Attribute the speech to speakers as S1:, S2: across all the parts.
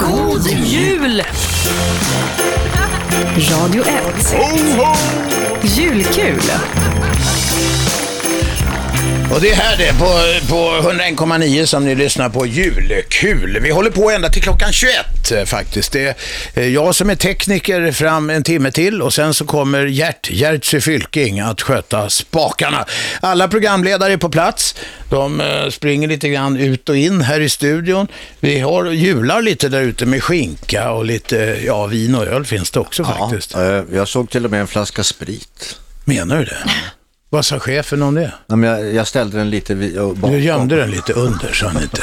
S1: God jul! Radio 1. Julkul.
S2: Och det är här det, på, på 101,9 som ni lyssnar på Julkul. Vi håller på ända till klockan 21 eh, faktiskt. Det är eh, jag som är tekniker fram en timme till och sen så kommer Gert, Gertsy Fylking, att sköta spakarna. Alla programledare är på plats. De eh, springer lite grann ut och in här i studion. Vi har jular lite där ute med skinka och lite, ja, vin och öl finns det också faktiskt.
S3: eh, Jag såg till och med en flaska sprit.
S2: Menar du det? Vad sa chefen om det?
S3: Nej, men jag, jag ställde den lite vid, och bakom.
S2: Du gömde den lite under så han inte...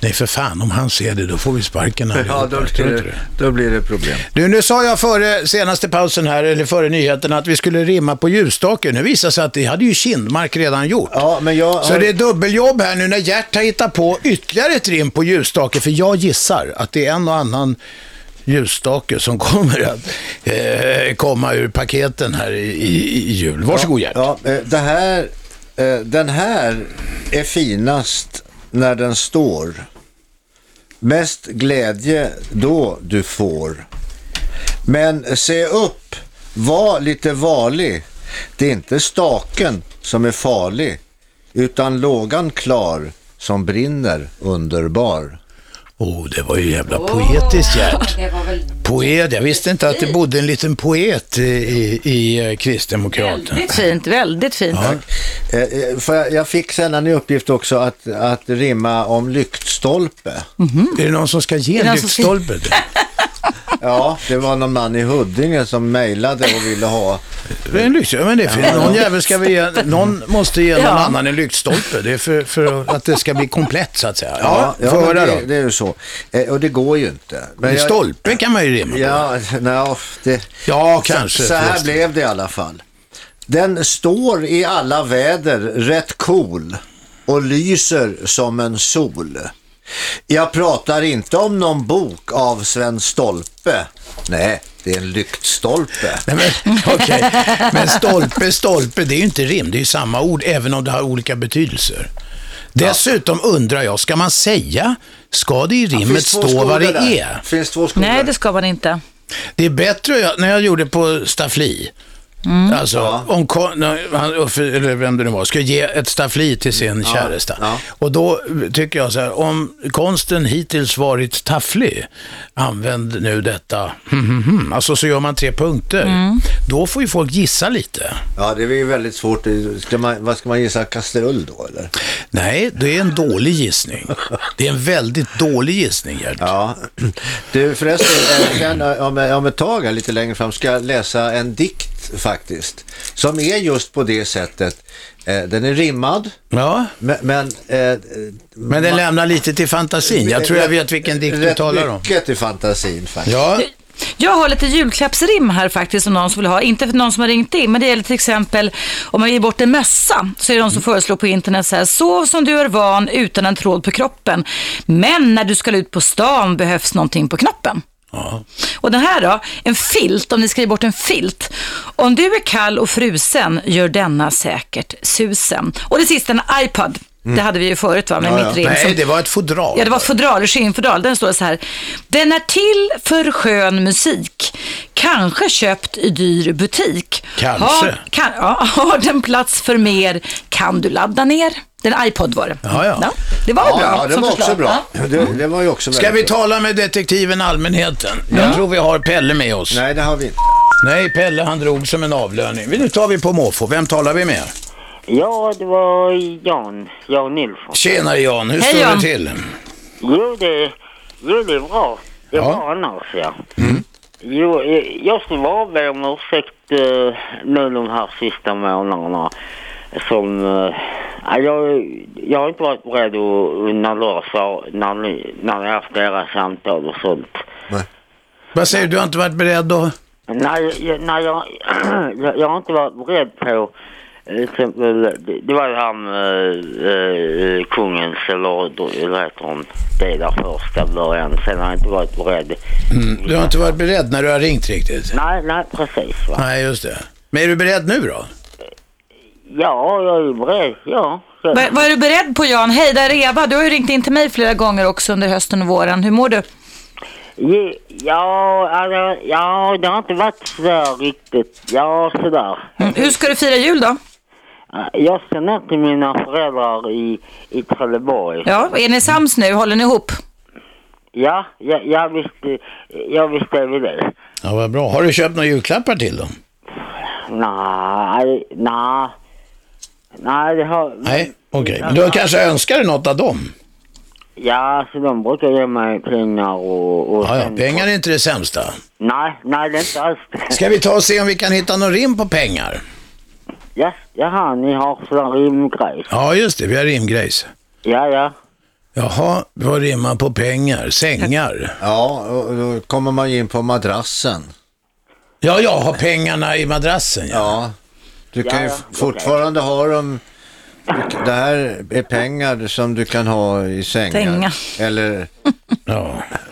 S2: Nej för fan, om han ser det då får vi sparken
S3: Ja,
S2: allihopa.
S3: då
S2: Tror
S3: blir,
S2: inte
S3: det, då blir det problem.
S2: Du, nu sa jag före senaste pausen här, eller före nyheten, att vi skulle rimma på ljusstaken. Nu visar det sig att det hade ju Kindmark redan gjort.
S3: Ja, men jag
S2: Så
S3: har,
S2: det är dubbeljobb här nu när Gert har hittat på ytterligare ett rim på ljusstake, för jag gissar att det är en och annan ljusstake som kommer att eh, komma ur paketen här i, i, i jul. Varsågod Gert.
S3: ja, eh, det här, eh, den här är finast när den står. Mest glädje då du får. Men se upp, var lite varlig. Det är inte staken som är farlig, utan lågan klar som brinner underbar.
S2: Oh, det var ju jävla poetiskt Gert.
S4: Det var väl
S2: Poet, jag visste inte att det bodde en liten poet i, i, i eh, Kristdemokraterna.
S1: Väldigt fint, väldigt fint.
S3: Eh, eh, För jag- jag fick sedan i uppgift också att, att rimma om lyktstolpe.
S2: Mm-hmm. Är det någon som ska ge
S1: det
S2: en
S1: någon som ska-
S2: lyktstolpe?
S3: Ja, det var någon man i Huddinge som mejlade och ville ha.
S2: Det är en lykt, ja, men det är för, någon jävel ska vi ge, någon måste ge någon
S1: Ja.
S2: annan en lyktstolpe. Det är för, för att det ska bli komplett så att säga. Ja,
S3: Ja,
S2: få
S3: men
S2: höra då.
S3: det, det är ju så. Eh, Och det går ju inte. Men jag-
S2: Stolpe kan man ju rimma på.
S3: Ja, no, det,
S2: Ja,
S3: så,
S2: kanske.
S3: Så här
S2: förresten.
S3: blev det i alla fall. Den står i alla väder rätt cool och lyser som en sol. Jag pratar inte om någon bok av Sven Stolpe. Nej, det är en lyktstolpe.
S2: Nej, men, okej. men stolpe, stolpe, det är ju inte rim. Det är ju samma ord, även om det har olika betydelser. Dessutom undrar jag, ska man säga, ska det i
S3: Finns
S2: rimmet
S3: två
S2: stå
S3: skolor
S2: vad det
S3: där?
S2: är?
S3: Finns två skolor.
S1: Nej, det ska man inte.
S2: Det är bättre, jag, när jag gjorde på staffli,
S1: Mm.
S2: alltså om kon- när han, Uffe, eller vem det nu var, skulle ge ett staffli till sin käresta.
S3: ja.
S2: Och då tycker jag så här, om konsten hittills varit tafflig, använd nu detta, hmm, hmm, hmm. alltså så gör man tre punkter.
S1: Mm.
S2: Då får ju folk gissa lite.
S3: Ja, det är ju väldigt svårt. Ska man, vad ska man gissa? Kastrull då, eller?
S2: Nej, det är en dålig gissning. Det är en väldigt dålig gissning, Gert.
S3: Ja. Du, förresten, eh, sen, eh, om, om ett tag här, lite längre fram, ska jag läsa en dikt faktiskt. Som är just på det sättet. Eh, Den är rimmad,
S2: Ja,
S3: men... men eh,
S2: men den lämnar lite till fantasin. Jag tror jag vet vilken dikt du
S3: rätt
S2: talar om.
S3: mycket till fantasin faktiskt.
S2: Ja.
S1: Jag har lite julklappsrim här faktiskt som någon som vill ha. Inte för någon som har ringt in, men det gäller till exempel om man ger bort en mössa så är det någon som föreslår på internet så här. Sov som du är van utan en tråd på kroppen. Men när du ska ut på stan behövs någonting på knoppen. Och den här då, en filt, om ni skriver bort en filt. Om du är kall och frusen gör denna säkert susen. Och det sista, en iPad. Det hade vi ju förut va, med
S3: Ja, ja.
S1: mitt rim.
S2: Nej,
S1: som-
S2: det var ett fodral.
S1: Ja, det var ett fodral, ett skinnfodral. Den står så här. Den är till för skön musik. Kanske köpt i dyr butik.
S2: Kanske.
S1: Har, kan, ja, har den plats för mer kan du ladda ner. Den iPod var det.
S2: Ja, ja.
S1: det var
S3: Ja,
S1: bra.
S3: ja, det
S1: som
S3: var också
S1: förslag.
S3: bra.
S1: Ja.
S3: Det, det var ju också
S2: Ska vi
S3: väldigt bra.
S2: tala med detektiven allmänheten? Jag tror vi har Pelle med oss. Nej.
S3: Nej, det har vi inte.
S2: Pelle han drog som en avlöning. Nu tar vi på måfå. Vem talar vi med?
S5: Ja, det var Jan, Jan Nilsson.
S2: Tjenare Jan, hur
S1: Hej,
S2: står
S1: Jan.
S2: det till?
S5: Jo, det, jo, det är bra. Det är
S2: Ja. Mm.
S5: bra annars, ja. Jo, eh, jag skulle bara be om ursäkt eh, nu de här sista månaderna. Som, eh, ja, jag, jag har inte varit beredd att, när du sa, när ni, när ni haft era samtal och sånt.
S2: Vad säger du, du har inte varit beredd att...
S5: Nej, jag, nej jag, jag, jag har inte varit beredd på eh, till exempel, det, det var ju han eh, eh, kungens, eller då- eller vad heter hon, det där första början. Sen har jag inte varit beredd.
S2: Mm, Du har inte varit beredd när du har ringt riktigt?
S5: Nej, nej precis va.
S2: Nej, just det. Men är du beredd nu då?
S5: Ja, jag är ju beredd, ja. Så-
S1: Vad, vad är du beredd på Jan? Hej, där är Eva. Du har ju ringt in till mig flera gånger också under hösten och våren. Hur mår du?
S5: Ge- Ja, alltså, ja, det har inte varit sådär riktigt. Ja, sådär.
S1: Mm. Hur ska du fira jul då?
S5: Jag ska ner till mina föräldrar i, i Trelleborg.
S1: Ja, är ni sams nu? Håller ni ihop?
S5: Ja, ja, jag visste, jag visste över det.
S2: Ja, vad bra. Har du köpt några julklappar till dem?
S5: Nej, nej. Nej, det har...
S2: Nej, okej. Men du har kanske önskar dig något av dem?
S5: Ja, så de brukar ge mig pengar och... och
S2: Ja, ja.
S5: sen-
S2: Pengar är inte det sämsta.
S5: Nej, nej, det är inte alls det.
S2: Ska vi ta och se om vi kan hitta någon rim på pengar?
S5: Ja, jaha, ni har sådär rimgrej.
S2: Ja, just det. Vi har rimgrejs.
S5: Ja, ja.
S2: Jaha, vad rimmar på pengar? Sängar?
S3: Ja, och då kommer man ju in på madrassen.
S2: Ja, ja, ha pengarna i madrassen. Ja.
S3: Ja, du kan ju
S5: Ja,
S3: f-
S5: okej.
S3: fortfarande ha dem. Det här är pengar som du kan ha i sängar.
S1: Sängar.
S3: Eller
S2: ja.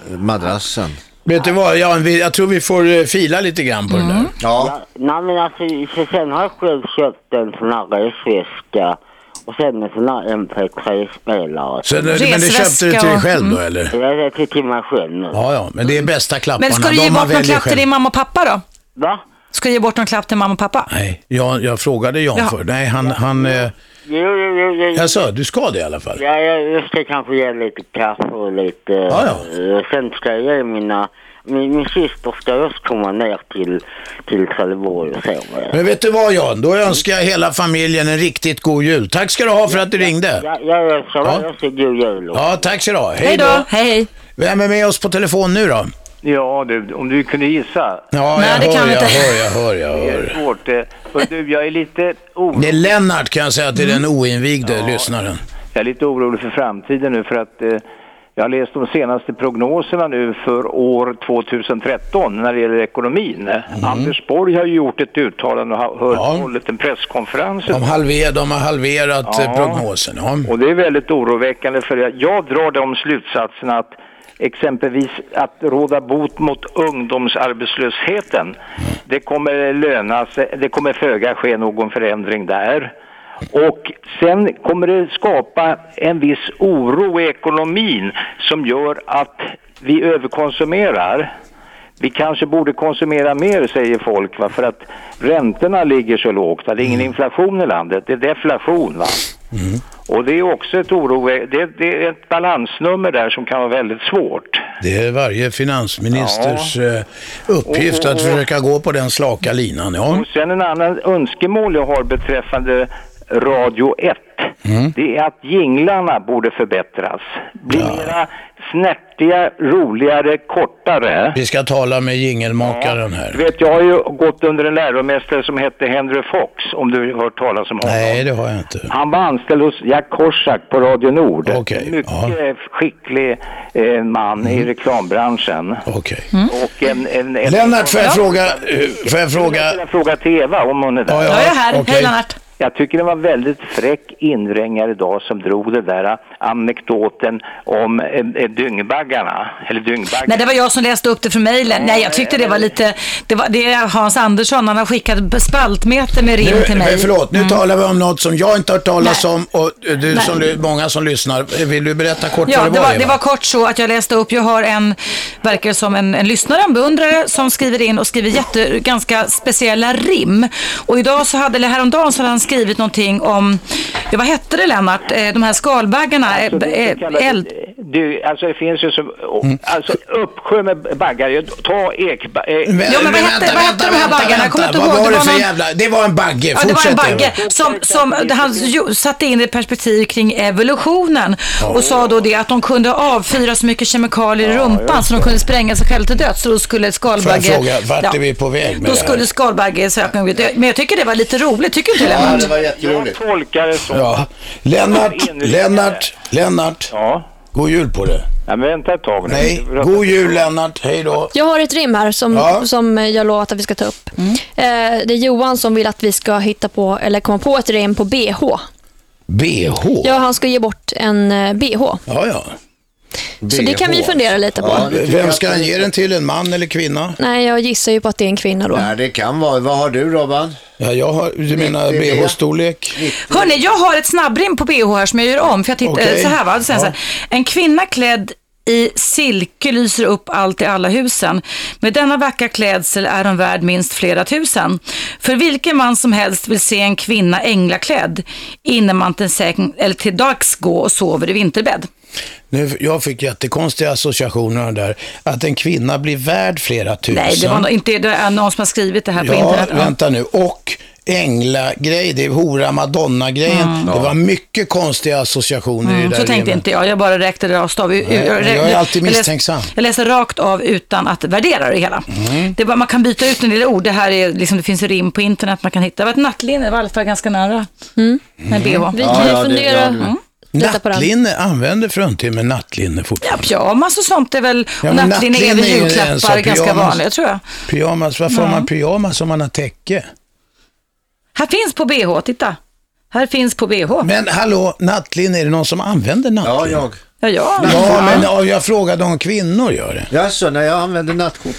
S3: madrassen.
S2: Vet du vad, ja, vi, jag tror vi får eh, fila lite grann på
S1: Mm.
S2: det där.
S3: Ja,
S5: Ja, nej men alltså, så sen har jag själv köpt en sån här resväska och sen en sån här mp3-spelare.
S2: Så, det- men det köpte du till
S1: Resväska
S2: dig
S1: och-
S2: själv då, eller?
S5: Jag vet inte till mig själv nu.
S2: Ja, ja, men det är bästa klapparna.
S1: Men ska du
S2: de
S1: ge
S2: man
S1: bort någon
S2: väljer
S1: klapp till
S2: själv.
S1: din mamma och pappa då?
S5: Va?
S1: Ska du ge bort någon klapp till mamma och pappa?
S2: Nej, jag, jag frågade Jan
S1: Jaha.
S2: för. Nej, han... han eh,
S5: Jo, jo, jo, jo.
S2: jag sa, du ska det i alla fall.
S5: Ja, jag, jag ska kanske ge lite kaffe och lite...
S2: Ja,
S5: eh, Sen ska jag ge mina... Min, min syster ska också komma ner till, till Trelleborg och se vad jag...
S2: Men vet du vad Jan, då önskar jag hela familjen en riktigt god jul. Tack ska du ha för att du ringde.
S5: Ja, ja, jag ska
S2: Ja.
S5: vara ja. god jul. och-
S2: Ja, tack ska du ha. Hej
S1: Hej
S2: då.
S1: då! Hej hej!
S2: Vem är med oss på telefon nu då?
S4: Ja du, om du kunde gissa.
S2: Ja,
S1: Nej, det
S2: jag, hör,
S1: kan vi
S2: jag
S1: inte.
S2: hör, jag hör, jag
S4: Det är
S2: hör.
S4: svårt. eh. Och du, jag är lite orolig.
S2: Det är Lennart kan jag säga till den
S1: Mm.
S2: oinvigde lyssnaren.
S4: Jag är lite orolig för framtiden nu för att eh, jag har läst de senaste prognoserna nu för år 2013 när det gäller ekonomin. Anders Borg har ju gjort ett uttalande och har hör-
S2: Mm. Ja.
S4: hållit en presskonferens.
S2: De, halver, de har halverat
S4: Ja.
S2: ja. prognosen. Ja.
S4: Och det är väldigt oroväckande för jag, jag drar de slutsatserna att exempelvis att råda bot mot ungdomsarbetslösheten. Det kommer löna sig, det kommer föga ske någon förändring där. Och sen kommer det skapa en viss oro i ekonomin som gör att vi överkonsumerar. Vi kanske borde konsumera mer, säger folk, va? för att räntorna ligger så lågt. Va? Det är ingen inflation i landet, det är deflation. Va? Och det är också ett oro, det, det är ett balansnummer där som kan vara väldigt svårt.
S2: Det är varje finansministers eh, uppgift att försöka gå på den slaka linan. Ja.
S4: Och sen en annan önskemål jag har beträffande Radio 1.
S2: Mm.
S4: Det är att jinglarna borde förbättras. Bli mera snärtiga, roligare, kortare.
S2: Vi ska tala med jingelmakaren
S4: Du
S2: här.
S4: vet, jag har ju gått under en läromästare som hette Henry Fox, om du har hört talas om honom.
S2: Nej, det har jag inte.
S4: Han var anställd hos Jack Korsak på Radio Nord.
S2: Okej, Mm.
S4: Mycket skicklig eh, man i reklambranschen.
S2: Okej.
S1: Mm.
S4: Och en, en, en,
S2: Lennart, får jag fråga... eh, Får jag
S4: Jag
S2: fråga...
S4: skulle fråga till Eva om hon är där.
S1: Ja, jag är här.
S2: okej.
S1: Hej Lennart!
S4: Jag tycker det var väldigt fräck inringare idag som drog den där eh, anekdoten om eh, eh, dyngbaggarna. Eller dyngbaggarna.
S1: Nej, det var jag som läste upp det från mejlen. Nej, jag tyckte det var lite... Det, var, det är Hans Andersson, han har skickat spaltmeter med rim
S2: Nu,
S1: till mig. Mm.
S2: men förlåt, nu talar vi om något som jag inte har hört talas
S1: Nej.
S2: om och eh, du,
S1: Nej.
S2: som du, många som lyssnar. Vill du berätta kort
S1: Ja,
S2: vad det var,
S1: det
S2: Eva?
S1: var kort så att jag läste upp. Jag har en, verkar det som en, en lyssnare, en beundrare, som skriver in och skriver jätte, ganska speciella rim. Och idag så hade, eller häromdagen så hade han skrivit någonting om, ja, vad hette det Lennart, Eh, de här skalbaggarna,
S4: Alltså, det är
S1: eh,
S4: så kallade-
S1: eld.
S4: Du, alltså det finns ju som,
S2: Mm.
S4: alltså uppsjö med baggar, ta ekba, eh,
S1: Ja, men vad hette- vad hette de här baggarna? Jag kommer inte
S2: Vad
S1: ihåg.
S2: var
S1: Det
S2: det
S1: var
S2: för
S1: någon-
S2: jävla... Det var en bagge.
S1: Ja, det var en
S2: Fortsätt,
S1: bagge
S2: Eva.
S1: som, som han ju- satte in i perspektiv kring evolutionen och sa då det att de kunde avfyra så mycket kemikalier i rumpan så de kunde spränga sig själv till döds. Så då skulle
S2: Får jag
S1: skalbagge...
S2: fråga, vart är vi på väg med
S1: Då
S2: det här?
S1: skulle skalbagge söka... Men jag tycker det var lite roligt, tycker inte du
S3: ja
S1: Lennart?
S3: det var
S4: jag
S3: jätteroligt.
S4: tolkar det så. Ja.
S2: Ja. Lennart, Lennart, Lennart.
S4: ja.
S2: God jul på det.
S4: men vänta ett tag nu.
S2: Nej, god jul Lennart. Hej då.
S6: Jag har ett rim här som,
S2: Ja. Mm.
S6: som jag lovat att vi ska ta upp. Eh, det är Johan som vill att vi ska hitta på, eller komma på ett rim på BH.
S2: BH.
S6: Ja, han ska ge bort en eh, BH.
S2: Ja, ja.
S6: Så det kan vi fundera lite på.
S3: Ja, det tycker
S2: Vem
S3: jag
S2: ska
S3: att-
S2: han ge den till? En man eller kvinna?
S6: Nej, jag gissar ju på att det är en kvinna då.
S3: Nej, det kan vara. Vad har du Robban?
S2: Ja, jag har, du menar
S3: det är det.
S2: BH-storlek?
S1: Hörni, jag har ett snabbrim på BH här som jag gör om. För jag tittar,
S2: Okej.
S1: så här va, så här, så här. En kvinna klädd i silke lyser upp allt i alla husen. Med denna vackra klädsel är hon värd minst flera tusen. För vilken man som helst vill se en kvinna änglaklädd innan man till, säng, eller till dags gå och sover i vinterbädd.
S2: Nu, jag fick jättekonstiga associationer av det där. Att en kvinna blir värd flera tusen.
S1: Nej, det var nog inte det är någon som har skrivit det här på
S2: Ja,
S1: internet. Ja.
S2: vänta nu. Och änglagrej, det är hora madonna-grejen. Det var mycket konstiga associationer i det
S1: Mm,
S2: där
S1: så tänkte
S2: rimmet.
S1: inte jag, jag bara räkte det rakt av. Jag,
S2: men jag är alltid
S1: läs-
S2: misstänksam.
S1: Jag läser rakt av utan att värdera det hela. Det är bara, man kan byta ut en del ord. Det här är, liksom, det finns rim på internet man kan hitta. Det var ett nattlinne, Valfa ganska nära. Med Mm. bh.
S6: Mm. Vi kan ju
S3: ja, det-
S6: fundera Mm,
S3: ja, det-
S6: lite på den.
S2: Nattlinne, använder fruntimmer nattlinne
S1: Ja,
S2: fortfarande?
S1: pyjamas och sånt är väl,
S2: Ja,
S1: och
S2: men
S1: nattlinne är väl
S2: nattlinne är ju en sån
S1: julklappar ganska
S2: pyjamas.
S1: vanliga tror jag. Mm.
S2: Pyjamas, varför har man pyjamas om man har täcke?
S1: Här finns på bh, titta. Här finns på bh.
S2: Men hallå, nattlinne, är det någon som använder
S3: Ja,
S2: nattlinne?
S3: jag.
S1: Ja, ja.
S2: Ja, men ja, jag frågade om kvinnor gör det.
S3: Jaså, när jag använder nattkort.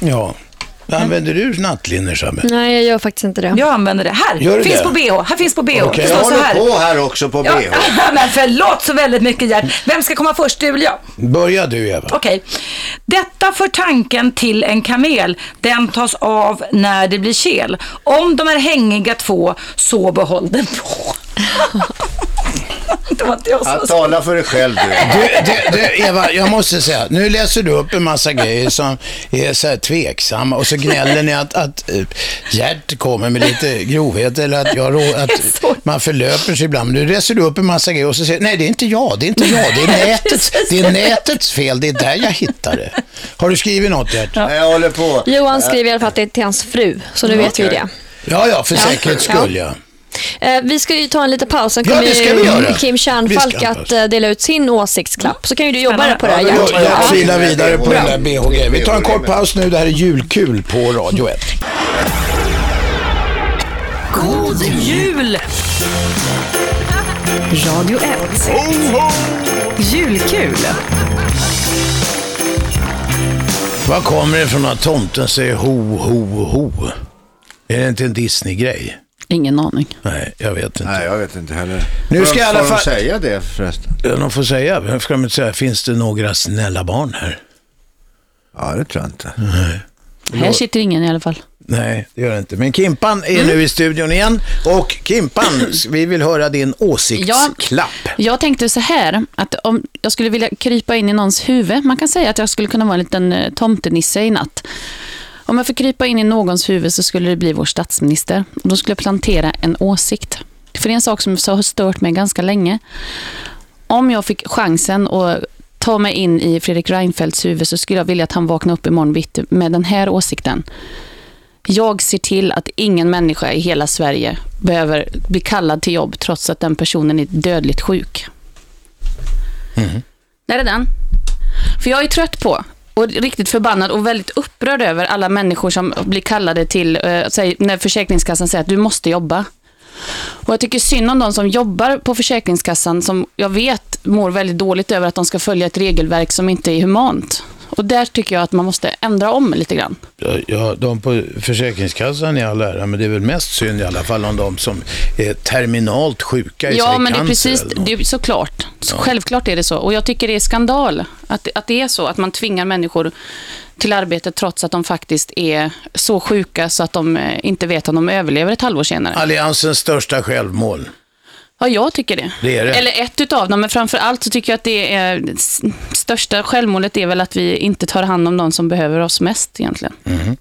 S2: Ja. Använder du nattlinne, Shabbe?
S6: Nej, jag gör faktiskt inte det.
S1: Jag använder det. Här
S2: Gör du
S1: finns
S2: det?
S1: på bh. Här finns på bh.
S2: Okej,
S1: det
S3: Jag
S1: står så här.
S3: håller på här också på
S1: Ja,
S3: bh.
S1: men förlåt så väldigt mycket Gert. Vem ska komma först? Du eller jag?
S2: Börja du, Eva.
S1: Okej. Detta för tanken till en kamel. Den tas av när det blir kel. Om de är hängiga två, så behåll den på. det var inte jag som
S3: Ja,
S1: sa.
S3: tala för dig själv du.
S2: Du, du, du, Eva, jag måste säga, nu läser du upp en massa grejer som är så här tveksamma och så gnäller ni att, att eh, Gert kommer med lite grovhet eller att, jag, rå- att
S1: så-
S2: man förlöper sig ibland. Men nu läser du upp en massa grejer och så säger nej det är inte jag, det är inte jag, det är nätets, det är nätets fel, det är där jag hittar det. Har du skrivit något Gert?
S3: Nej, Jag håller på. Äh,
S6: Johan skriver i alla fall att det är till hans fru, så
S2: Mm,
S6: nu vet vi ju det.
S2: Ja, ja, för säkerhets skull ja.
S6: Eh, vi ska ju ta en liten paus, sen
S2: Ja,
S6: kommer
S2: det ska
S6: ju
S2: vi göra.
S6: Kim
S2: Vi
S6: Kärnfalk
S2: ska ha en
S6: att eh, dela ut sin åsiktsklapp. Så kan ju du jobba
S1: Spännande.
S6: på det här,
S3: Ja,
S6: Gert.
S3: då-
S2: Jag,
S6: Ja.
S2: jag filar vidare på den där BH-grejen. Vi tar en kort paus nu, det här är julkul på Radio 1.
S1: God jul!
S7: Radio 1. Julkul.
S2: Vad kommer det från att tomten säger ho, ho, ho? Är det inte en Disney-grej?
S7: Ingen aning.
S2: Nej, jag vet inte.
S3: Nej, jag vet inte heller.
S2: Nu ska
S3: Får-
S2: jag i alla
S3: får de
S2: fall-
S3: säga det förresten?
S2: De får säga, de ska de inte säga, finns det några snälla barn här?
S3: Ja, det tror jag inte.
S7: Här sitter Mm. ingen i alla fall.
S2: Nej, det gör det inte. Men Kimpan är nu i studion igen. Och Kimpan, vi vill höra din åsiktsklapp.
S7: Jag tänkte så här, att om jag skulle vilja krypa in i någons huvud. Man kan säga att jag skulle kunna vara en liten eh, tomtenisse i natt. Om jag får krypa in i någons huvud så skulle det bli vår statsminister. Och då skulle jag plantera en åsikt. För det är en sak som så har stört mig ganska länge. Om jag fick chansen att ta mig in i Fredrik Reinfeldts huvud så skulle jag vilja att han vaknade upp imorgon bitti med den här åsikten. Jag ser till att ingen människa i hela Sverige behöver bli kallad till jobb trots att den personen är dödligt sjuk.
S3: Mm-hmm.
S7: Där är den. För jag är trött på och riktigt förbannad och väldigt upprörd över alla människor som blir kallade till, eh, säg, när Försäkringskassan säger att du måste jobba. Och jag tycker synd om de som jobbar på Försäkringskassan som jag vet mår väldigt dåligt över att de ska följa ett regelverk som inte är humant. Och där tycker jag att man måste ändra om lite grann.
S2: Ja, de på Försäkringskassan är all ära, men det är väl mest synd i alla fall om de som är terminalt sjuka i
S7: Ja,
S2: sig
S7: men det är
S2: cancer
S7: precis,
S2: eller något.
S7: det är såklart. Så Självklart är det så. Och jag tycker det är skandal att, att det är så, att man tvingar människor till arbete trots att de faktiskt är så sjuka så att de eh, inte vet om de överlever ett halvår senare.
S2: Alliansens största självmål.
S7: Ja, jag tycker det.
S2: Det är det.
S7: Eller ett utav dem, men framför allt så tycker jag att det är, s- största självmålet är väl att vi inte tar hand om de som behöver oss mest egentligen.
S2: Mhm.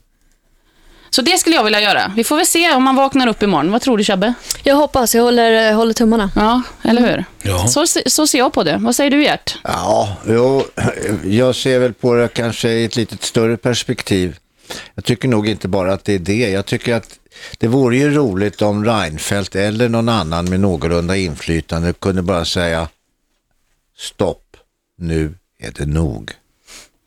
S7: Så det skulle jag vilja göra. Vi får väl se om man vaknar upp imorgon. Vad tror du, Shabbe?
S6: Jag hoppas, jag håller, eh, håller tummarna.
S7: Ja, eller hur?
S2: Ja.
S7: Så, se- så ser jag på det. Vad säger du, Gert?
S3: Ja, jo, jag ser väl på det kanske i ett lite större perspektiv. Jag tycker nog inte bara att det är det. Jag tycker att det vore ju roligt om Reinfeldt eller någon annan med någorlunda inflytande kunde bara säga stopp, nu är det nog.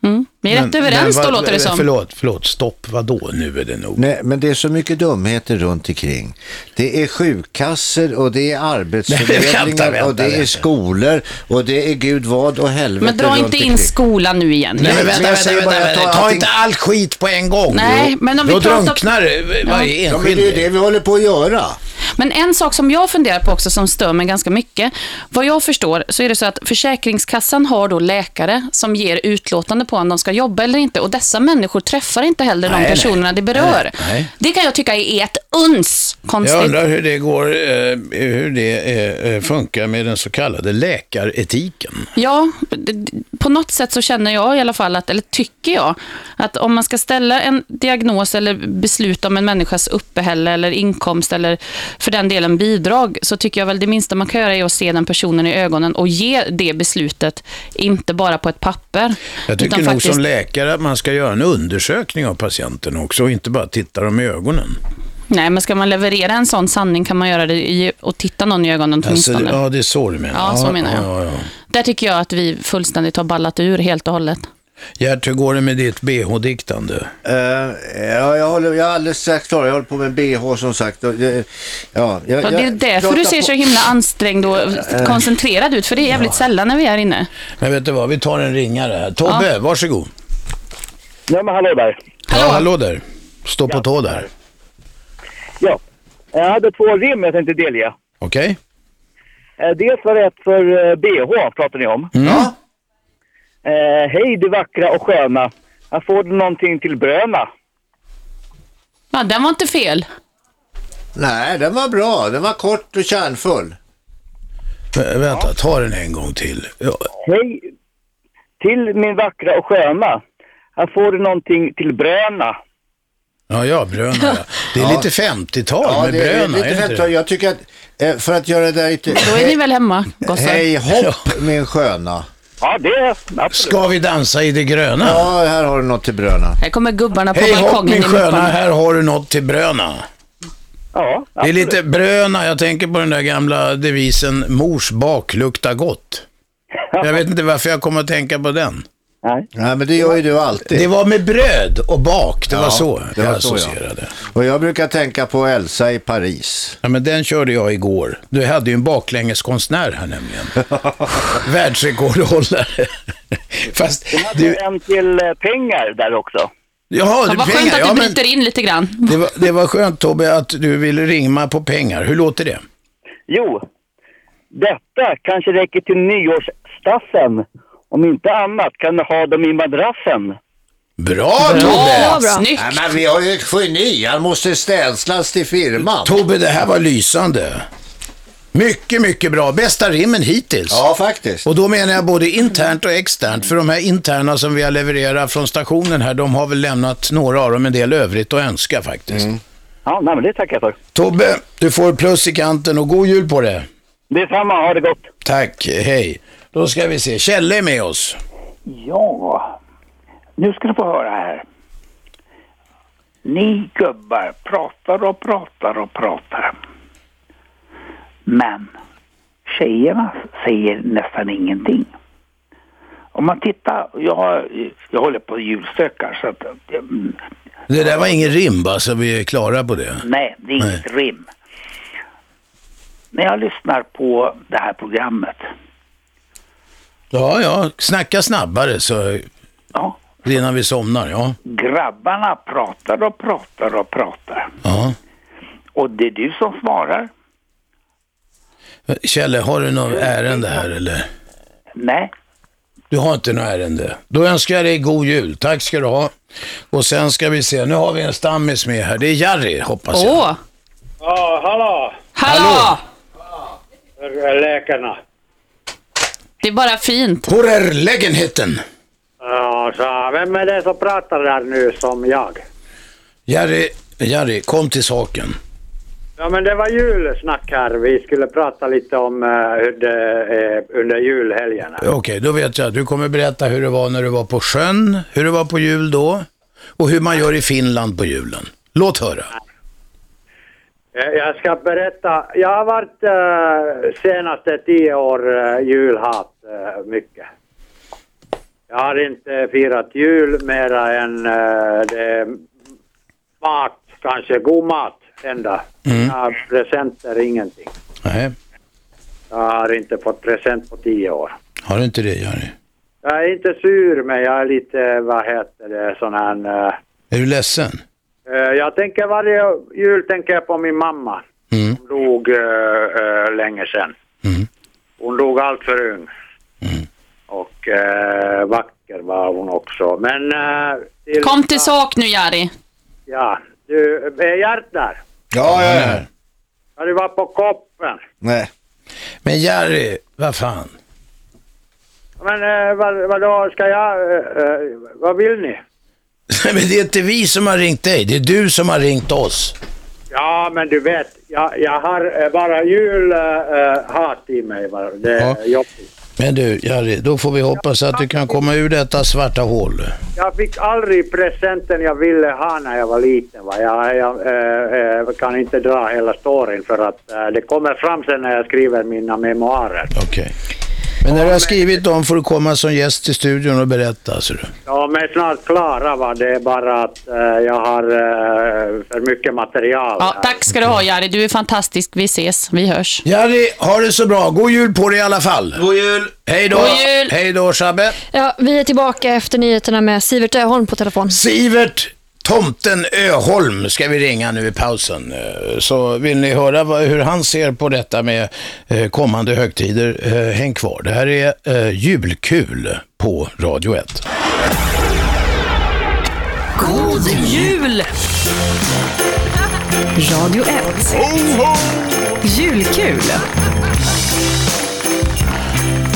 S7: Mm. Vi är rätt överens då, låter det som.
S2: Förlåt, förlåt, stopp, vadå, nu är det nog.
S3: Nej, men det är så mycket dumheter runt omkring. Det är sjukkasser och det är
S2: Nej, vänta,
S3: arbetsförmedlingar
S2: vänta,
S3: och det är
S2: vänta.
S3: skolor och det är gud vad och helvete
S7: Men dra
S3: runt
S7: inte in
S3: omkring.
S7: skolan nu igen.
S2: Nej, men
S3: men
S2: vänta,
S3: jag
S2: vänta,
S3: säger
S2: vänta,
S3: bara, jag
S2: vänta.
S3: tar
S2: Ta
S3: allting-
S2: inte all skit på en gång.
S7: Nej,
S2: Då-
S7: men om vi
S2: Då
S7: pratar-
S2: drunknar det, varje
S3: Ja, men
S2: enskild.
S3: det är det vi håller på att göra.
S7: Men en sak som jag funderar på också som stör mig ganska mycket. Vad jag förstår så är det så att Försäkringskassan har då läkare som ger utlåtande på om de ska jobba eller inte. Och dessa människor träffar inte heller de
S2: Nej, nej.
S7: personerna det berör.
S2: Nej, nej.
S7: Det kan jag tycka är ett uns
S2: Jag
S7: konstigt.
S2: undrar hur det, går, eh, hur det eh, funkar med den så kallade läkaretiken.
S7: Ja, d- på något sätt så känner jag i alla fall, att, eller tycker jag, att om man ska ställa en diagnos eller besluta om en människas uppehälle eller inkomst eller för den delen bidrag, så tycker jag väl det minsta man kan göra är att se den personen i ögonen och ge det beslutet, inte bara på ett papper.
S2: Jag tycker
S7: utan
S2: nog
S7: faktiskt-
S2: som läkare att man ska göra en undersökning av patienten också och inte bara titta dem i ögonen.
S7: Nej, men ska man leverera en sån sanning kan man göra det i, och titta någon i ögonen
S2: Alltså,
S7: åtminstone.
S2: ja, det är så du menar.
S7: Ja, så menar jag.
S2: Ja, ja.
S7: Där tycker jag att vi fullständigt har ballat ur helt och hållet.
S2: Gert, hur går det med ditt bh-diktande?
S3: Eh, ja, jag, håller, jag är alldeles strax klar. Jag håller på med bh som sagt. Och, eh, ja, jag,
S7: Ja, det är
S3: jag
S7: därför
S3: pratar
S7: du ser
S3: på-
S7: så himla ansträngd och koncentrerad ut, för det är jävligt sällan när vi är inne.
S2: Men vet du vad, vi tar en ringare här. Tobbe, varsågod.
S8: Nej men hallå där.
S2: Hallå. Ja, hallå där. Stå på tå där.
S8: Ja. Jag hade två rim jag tänkte delge.
S2: Okej?
S8: Eh, Dels var det ett för eh, BH pratar ni om.
S2: Mm.
S3: Ja,
S8: Eh, hej du vackra och sköna. Här får du någonting till bröna.
S7: Ja, den var inte fel.
S3: nej, den var bra. Den var kort och kärnfull.
S2: Vä- Vänta, ta den en gång till. Ja,
S8: Hej till min vackra och sköna. Här får du någonting till bröna.
S2: ja, ja bröna. Ja. Det är lite 50-tal
S3: Ja,
S2: med
S3: det är
S2: bröna, är,
S3: Eh, lite
S2: det inte
S3: fett.
S2: det?
S3: Jag tycker att, eh, för att göra det där lite...
S7: Då är ni väl hemma, gossar?
S3: Hej hopp, min sköna.
S8: Ja, det är absolut.
S2: Ska vi dansa i det gröna?
S3: Ja, här har du något till bröna.
S7: Här kommer gubbarna på
S2: Hej hopp
S7: balkongen
S2: min
S7: i
S2: sköna,
S7: Mupparna.
S2: här har du något till bröna.
S8: Ja,
S2: Det är
S8: absolut.
S2: lite bröna, jag tänker på den där gamla devisen mors bak luktar gott. Jag vet inte varför jag kommer att tänka på den.
S8: Nej.
S3: Nej, men det gör ju du alltid.
S2: Det var med bröd och bak, det var så
S3: det
S2: jag
S3: var så, ja.
S2: associerade. Ja.
S3: Och jag brukar tänka på Elsa i Paris.
S2: men den körde jag igår. Du hade ju en baklängeskonstnär här nämligen. Världsrekordhållare. Fast
S8: Du...
S2: du,
S8: En till eh, pengar där också.
S2: jaha,
S7: Ja,
S2: du
S7: vad skönt
S2: pengar.
S7: att
S2: Ja,
S7: du
S2: men
S7: bryter in lite grann.
S2: det, var, det var skönt Tobbe att du ville ringa på pengar. Hur låter det?
S8: Jo, detta kanske räcker till nyårsstassen. Om inte annat kan du ha dem i madrassen.
S2: Bra
S7: Ja,
S2: Tobbe!
S7: snyggt!
S3: Nej, men vi har ju ett geni. Han måste städslas till firman.
S2: Tobbe, det här var lysande. Mycket, mycket bra. Bästa rimmen hittills.
S3: Ja, faktiskt.
S2: Och då menar jag både internt och externt, för de här interna som vi har levererat från stationen här, de har väl lämnat några av dem en del övrigt att önska faktiskt.
S8: Ja, nej, men Mm. det tackar jag för.
S2: Tobbe, du får plus i kanten och god jul på det.
S8: Detsamma, ha det gott.
S2: Tack, hej. Då ska vi se, Kjelle är med oss.
S9: Ja, nu ska du få höra här. Ni gubbar pratar och pratar och pratar. Men tjejerna säger nästan ingenting. Om man tittar, jag, jag håller på julstökar så att, mm,
S2: Det där var ingen rim va, så vi är klara på det.
S9: nej, det är inget rim. När jag lyssnar på det här programmet,
S2: Ja, ja, snacka snabbare så
S9: ja,
S2: innan vi somnar, ja.
S9: grabbarna pratar och pratar och pratar.
S2: ja.
S9: Och det är du som svarar.
S2: Kjelle, har du något ärende här eller?
S9: Nej,
S2: Du har inte något ärende. Då önskar jag dig god jul. Tack ska du ha. Och sen ska vi se, nu har vi en stammis med här. Det är Jari, hoppas jag.
S7: Åh!
S10: Ja, hallå,
S7: Hallå!
S10: läkarna.
S7: Det är bara fint.
S2: På er lägenheten.
S10: Ja, så, vem är det som pratar där nu som jag?
S2: Jari, Jari, kom till saken.
S10: Ja, men det var julsnack här. Vi skulle prata lite om eh, hur det är under julhelgerna.
S2: Okej, då vet jag. Du kommer berätta hur det var när du var på sjön, hur det var på jul då och hur man gör i Finland på julen. Låt höra.
S10: Eh, Jag ska berätta. Jag har varit eh, senaste tio år eh, julhat eh, mycket. Jag har inte firat jul mera än eh, det är mat, kanske god mat enda. Inga presenter, ingenting.
S2: Nej,
S10: Jag har inte fått present på tio år.
S2: har du inte det Jari?
S10: Jag är inte sur, men jag är lite, vad heter det, sån här... eh,
S2: Är du ledsen? Mm.
S10: eh, jag tänker varje jul tänker jag på min mamma. Om som dog eh, eh, länge sedan. Hon dog allt för ung. Och eh, vacker var hon också. Men... eh, till-
S7: Kom till sak nu Jari.
S10: Ja, du, eh, Gert där.
S2: Ja, ja, ja.
S10: Har du varit på Koppen?
S2: Nej. Men Jerry, vad fan?
S10: Men eh, vad, vadå, ska jag... eh, eh, vad vill ni?
S2: Nej, men det är inte vi som har ringt dig, det är du som har ringt oss.
S10: Ja, men du vet, jag, jag har eh, bara julhat i mig. Va? Det är
S2: Ja.
S10: jobbigt.
S2: Men du, Jerry, då får vi hoppas att du kan komma ur detta svarta hål.
S10: Jag fick aldrig presenten jag ville ha när jag var liten. Va? Jag, jag eh, eh, kan inte dra hela storyn för att eh, det kommer fram sen när jag skriver mina memoarer.
S2: Okej. Men när du har skrivit dem får du komma som gäst till studion och berätta. Så du.
S10: De är snart klara va, det är bara att eh, jag har eh, för mycket material.
S7: Ja, tack ska du ha Jari, du är fantastisk. Vi ses, vi hörs.
S2: Jerry, ha det så bra. God jul på dig i alla fall. God jul. Hej då.
S7: God jul.
S2: Hej då, Shabbe.
S6: Ja, vi är tillbaka efter nyheterna med Sivert Öholm på telefon.
S2: Sivert Tomten Öholm ska vi ringa nu i pausen. Eh, Så vill ni höra vad- hur han ser på detta med eh, kommande högtider, eh, häng kvar. Det här är eh, Julkul på Radio 1.
S1: God jul! Radio 1. Julkul.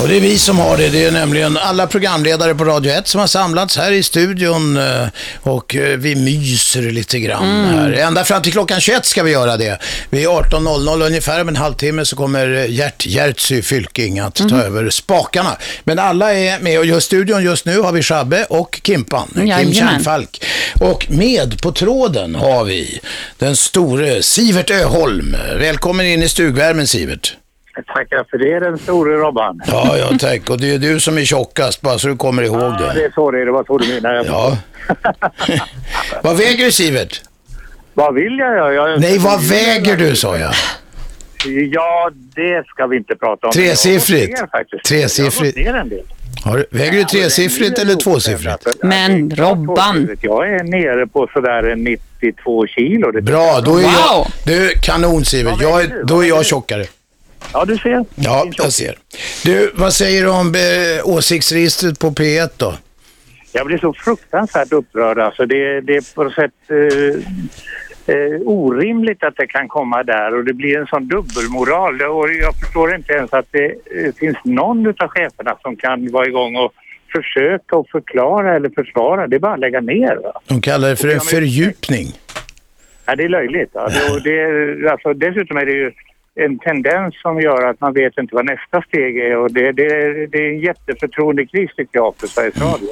S2: Och det är vi som har det. Det är nämligen alla programledare på Radio 1 som har samlats här i studion eh, och eh, vi myser lite grann
S11: Mm.
S2: här. Ända fram till klockan 21 ska vi göra det. Vid 18.00 ungefär, om en halvtimme, så kommer eh, Gert Gertsy Fylking att ta över spakarna. Men alla är med och i studion just nu har vi Shabbe och Kimpan, Kim
S7: Jajamän.
S2: Kärnfalk. Och med på tråden har vi den store Sivert Öholm. Välkommen in i stugvärmen Sivert.
S12: Tackar för det, den store Robban.
S2: Ja, ja, tack. Och det är du som är tjockast, bara så du kommer ihåg
S12: Ja,
S2: det.
S12: det är så det är. Det var så du menade.
S2: Ja. vad väger du, Sivert?
S12: Vad vill jag? Jag- jag
S2: Nej, vad väger du, sa jag.
S12: Ja, det ska vi inte prata om.
S2: Tresiffrigt.
S12: Jag har gått ner faktiskt.
S2: Tresiffrigt.
S12: Jag har gått ner en del.
S2: Har du, väger du tresiffrigt eller tvåsiffrigt?
S7: Men Robban.
S12: Jag är nere på sådär 92 kilo. Det
S2: Bra, då är jag... Du, kanon, Sivert. Jag, är- då är jag tjockare.
S12: Ja, du ser.
S2: Ja, jag ser. Du, vad säger du om eh, åsiktsregistret på P1 då?
S12: Jag blir så fruktansvärt upprörd. Alltså det, det är på något sätt eh, eh, orimligt att det kan komma där och det blir en sån dubbelmoral. Det- Och jag förstår inte ens att det eh, finns någon av cheferna som kan vara igång och försöka och förklara eller försvara. Det är bara att lägga ner. Va?
S2: De kallar det för en fördjupning.
S12: Ja, det är löjligt. Ja. Det, och det är, alltså, dessutom är det ju en tendens som gör att man vet inte vad nästa steg är och det, det, det är en jätteförtroendekris tycker jag för Sveriges Radio.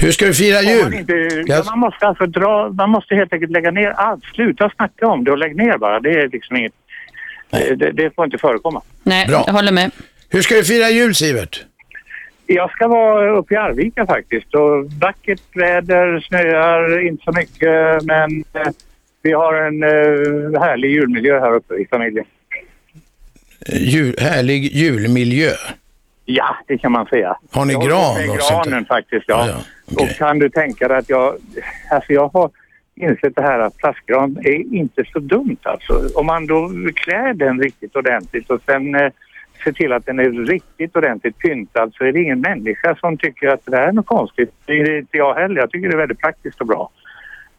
S2: Hur ska du fira
S12: Man,
S2: jul?
S12: inte, ja, man måste alltså dra, man måste helt enkelt lägga ner allt. Sluta snacka om det och lägg ner bara. Det är liksom inget, det, det får inte förekomma.
S7: Nej, jag håller med.
S2: Hur ska du fira jul, Sivert?
S12: Jag ska vara uppe i Arvika faktiskt och vackert väder, snöar inte så mycket men eh, vi har en eh, härlig julmiljö här uppe i familjen.
S2: Eh, Jul, härlig julmiljö.
S12: Ja, det kan man säga.
S2: Har ni
S12: Jag
S2: gran
S12: håller på med
S2: och sånt där?
S12: granen faktiskt, ja. Och kan du tänka dig att jag... Alltså jag har insett det här att plastgran är inte så dumt alltså. Om man då klär den riktigt ordentligt och sen eh, ser till att den är riktigt ordentligt pyntad så är det ingen människa som tycker att det här är något konstigt. Det är inte jag heller. Jag tycker det är väldigt praktiskt och bra.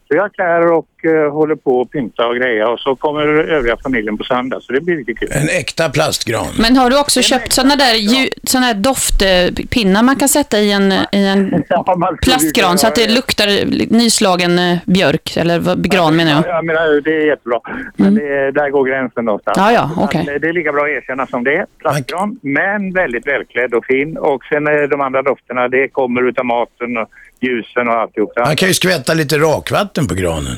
S12: Så jag klär och eh, håller på och pynta och greja och så kommer övriga familjen på söndag så det blir riktigt kul.
S2: En äkta plastgran.
S7: Men har du också köpt sådana där, ju- såna där doftpinnar man kan sätta i en, i en plastgran så att det luktar nyslagen eh, björk, eller vad- gran menar jag.
S12: Ja, jag menar, det är jättebra. Men det, där går gränsen någonstans.
S7: Ja, ja,
S12: Så att,
S7: okej.
S12: eh, Det är lika bra att erkänna som det är. Plastgran, men väldigt välklädd och fin. Och sen eh, de andra dofterna, det kommer utav maten och ljusen och alltihop. det
S2: Man
S12: andra.
S2: kan ju skvätta lite rakvatten på granen.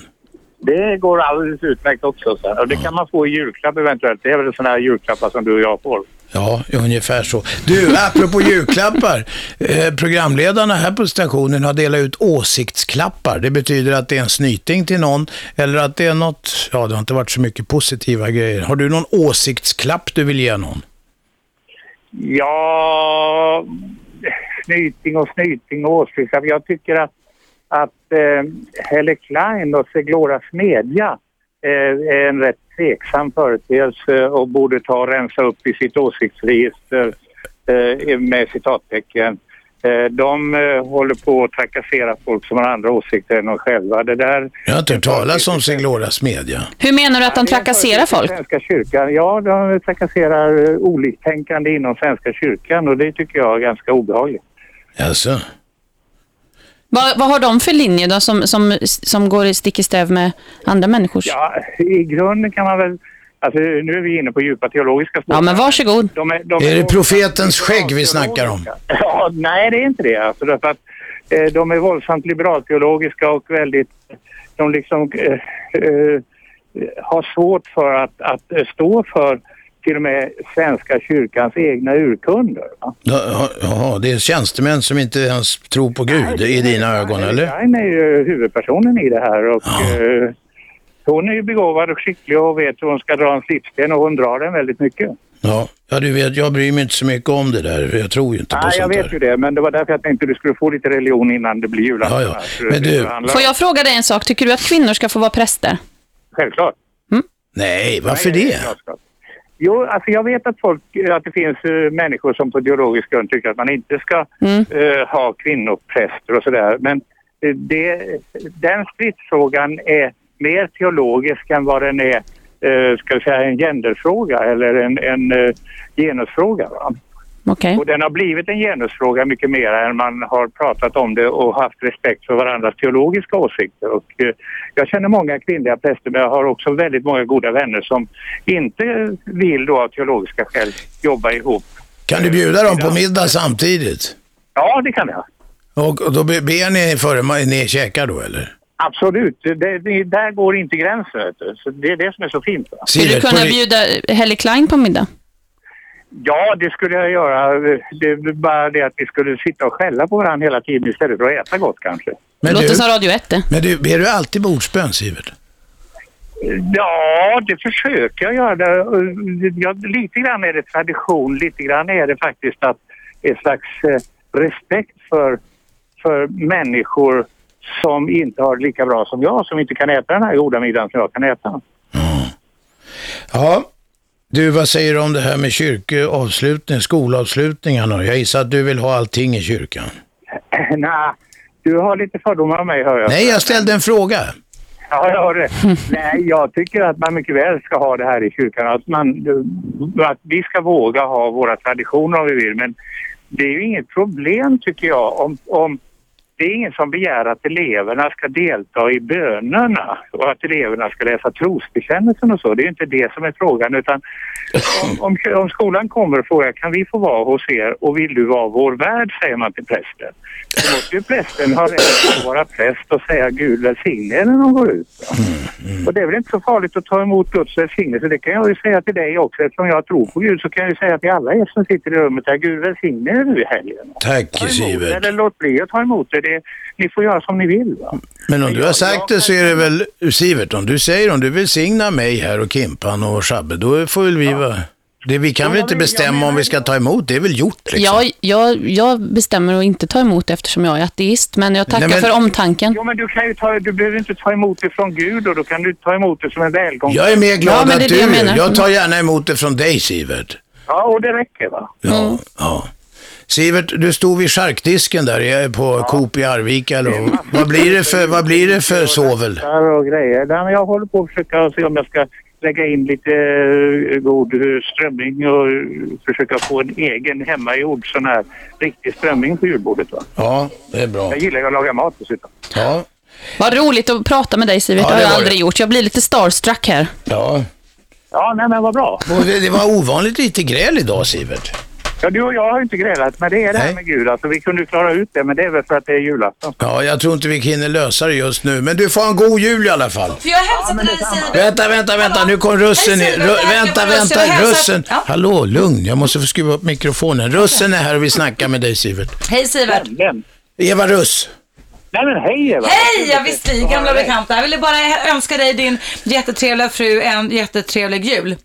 S12: Det går alldeles utmärkt också. Så. här. Och det kan man få i julklapp eventuellt. Det är väl sådana här julklappar som du och jag får.
S2: Ja, ungefär så. Du, apropå julklappar. Eh, programledarna här på stationen har delat ut åsiktsklappar. Det betyder att det är en snyting till någon eller att det är något, ja det har inte varit så mycket positiva grejer. Har du någon åsiktsklapp du vill ge någon?
S12: Ja, snyting och snyting och åsikter. Jag tycker att, att eh, Helle Klein och Seglora Smedja eh, är en rätt tveksam företeelse och borde ta och rensa upp i sitt åsiktsregister eh, med citattecken. Eh, De eh, håller på att trakassera folk som har andra åsikter än de själva. Det där
S2: Jag har inte hört talas om Siglora smedja.
S7: Hur menar du att de trakasserar folk?
S12: Svenska kyrkan, ja, de trakasserar eh, oliktänkande inom Svenska kyrkan och det tycker jag är ganska obehagligt.
S2: Jaså?
S7: Vad, vad har de för linje då som, som, som går i stick i stäv med andra människors?
S12: Ja, i grunden kan man väl... Alltså, nu är vi inne på djupa teologiska frågor.
S7: Ja, men varsågod.
S12: De är, de
S2: Är det profetens skägg vi snackar om?
S12: Ja, nej, det är inte det. Alltså, därför att, eh, de är våldsamt liberalteologiska och väldigt... De liksom eh, eh, har svårt för att, att eh, stå för till och med Svenska kyrkans egna urkunder. Va?
S2: Ja, Jaha, det är tjänstemän som inte ens tror på Gud i dina ögon, eller?
S12: Stein är ju huvudpersonen i det här och eh, hon är ju begåvad och skicklig och vet hur hon ska dra en slipsten och hon drar den väldigt mycket.
S2: Ja, ja du vet, jag bryr mig inte så mycket om det där. för Jag tror ju inte på
S12: Nej, jag
S2: sånt
S12: vet
S2: där.
S12: ju det, men det var därför jag tänkte du skulle få lite religion innan det blir julafton.
S2: Ja, ja.
S12: här. Så
S2: Men
S12: det
S2: du-
S12: handlar
S7: Får
S12: om-
S7: jag fråga dig en sak? Tycker du att kvinnor ska få vara präster?
S12: Självklart.
S2: Nej, varför
S12: Nej,
S2: det?
S12: klart. Jo, alltså jag vet att, folk, att det finns eh, människor som på ideologisk grund tycker att man inte ska eh, ha kvinnopräster och sådär. Men eh, det, den stridsfrågan är mer teologisk än vad den är eh, ska vi säga, en genderfråga eller en, en eh, genusfråga. Va?
S7: Okej.
S12: Och den har blivit en genusfråga mycket mer än man har pratat om det och haft respekt för varandras teologiska åsikter. Och, eh, jag känner många kvinnliga präster men jag har också väldigt många goda vänner som inte vill då av teologiska skäl jobba ihop.
S2: Kan du bjuda dem på middag samtidigt?
S12: Ja, det kan jag.
S2: Och och då be- ber ni före ma- ni käkar då, eller?
S12: Absolut, det, det, där går inte gränsen. vet du. Så det är det som är så fint. va?
S7: Skulle du kunna bjuda Helle Klein på middag?
S12: Ja, det skulle jag göra. Det är bara det att vi skulle sitta och skälla på varandra hela tiden istället för att äta gott kanske.
S2: Men
S7: Låter
S2: du-
S7: som Radio 1 det.
S2: Men du, ber du alltid bordsbön, Sivert?
S12: Ja, det försöker jag göra. Det- Ja, lite grann är det tradition, lite grann är det faktiskt att en slags eh, respekt för, för människor som inte har det lika bra som jag, som inte kan äta den här goda middagen som jag kan äta.
S2: Ja. Du, vad säger du om det här med kyrkoavslutning, skolavslutningarna? Jag gissar att du vill ha allting i kyrkan.
S12: Nej, du har lite fördomar om mig hör jag.
S2: Nej, jag ställde en fråga.
S12: Ja, jag hör det. Nej, jag tycker att man mycket väl ska ha det här i kyrkan. Att, man, att vi ska våga ha våra traditioner om vi vill. Men det är ju inget problem tycker jag om, om det är ingen som begär att eleverna ska delta i bönerna och att eleverna ska läsa trosbekännelsen och så. Det är ju inte det som är frågan utan om, om, om skolan kommer och frågar kan vi få vara hos er och vill du vara vår värd säger man till prästen. Då måste ju prästen ha rätt att vara präst och säga Gud välsigne er när de går ut. va?
S2: Mm,
S12: Och det är väl inte så farligt att ta emot Guds välsignelse. Det kan jag ju säga till dig också. Eftersom jag tror på Gud så kan jag ju säga till alla er som sitter i rummet här. Gud välsigne er nu i helgen.
S2: Tack, Sivert.
S12: Eller låt bli att ta emot det. det. Ni får göra som ni vill. Va?
S2: Men om du har sagt det så är det väl, Sivert, om du säger om du vill signa mig här och Kimpan och Shabbe, då får väl vi vara... Det, vi kan väl inte bestämma om vi ska ta emot, det är väl gjort liksom.
S7: Jag, jag, jag bestämmer att inte ta emot eftersom jag är ateist, men jag tackar
S2: Nej, men-
S7: för omtanken.
S12: Jo, men du, kan ju ta, du behöver inte ta emot det från Gud och då kan du ta emot det som en välgång.
S2: Jag är mer glad att du,
S12: jag
S2: jag, jag tar gärna emot det från dig Sivert.
S12: Ja, och det räcker va?
S2: Ja, ja. Sivert, du stod vid charkdisken där jag är på Coop i Arvika. Eller, vad, blir det för, vad blir det för sovel?
S12: Där och grejer. Nej, men jag håller på att försöka se om jag ska lägga in lite eh, god eh, strömming och eh, försöka få en egen hemmagjord sån här riktig strömming på julbordet. Va?
S2: Ja, det är bra.
S12: Jag gillar ju att laga mat dessutom.
S2: Ja,
S7: Vad roligt att prata med dig Sivert,
S2: Ja,
S7: det har
S2: det
S7: jag
S2: var
S7: aldrig
S2: det.
S7: gjort. Jag blir lite starstruck här.
S2: ja.
S12: Ja, nej men vad bra.
S2: Och det, det var ovanligt lite gräl idag Sivert.
S12: Ja, du och jag har ju inte grälat, men det är det här med Gud. Alltså, vi kunde ju klara ut det, men det är väl för att det är julafton.
S2: Ja, jag tror inte vi hinner lösa det just nu, men du får ha en god jul i alla fall.
S1: För jag hälsar till dig Sivert.
S2: Vänta, vänta, vänta, nu kom russen in. Ru- vänta, vänta, russen. Hallå, lugn, jag måste få skruva upp mikrofonen. Russen är här och vill snacka med dig Sivert.
S1: Hej Sivert.
S2: Eva Russ.
S12: Nej men hej Eva.
S1: Hej, ja visst vi gamla bekanta. Jag ville bara önska dig din jättetrevliga fru en jättetrevlig jul.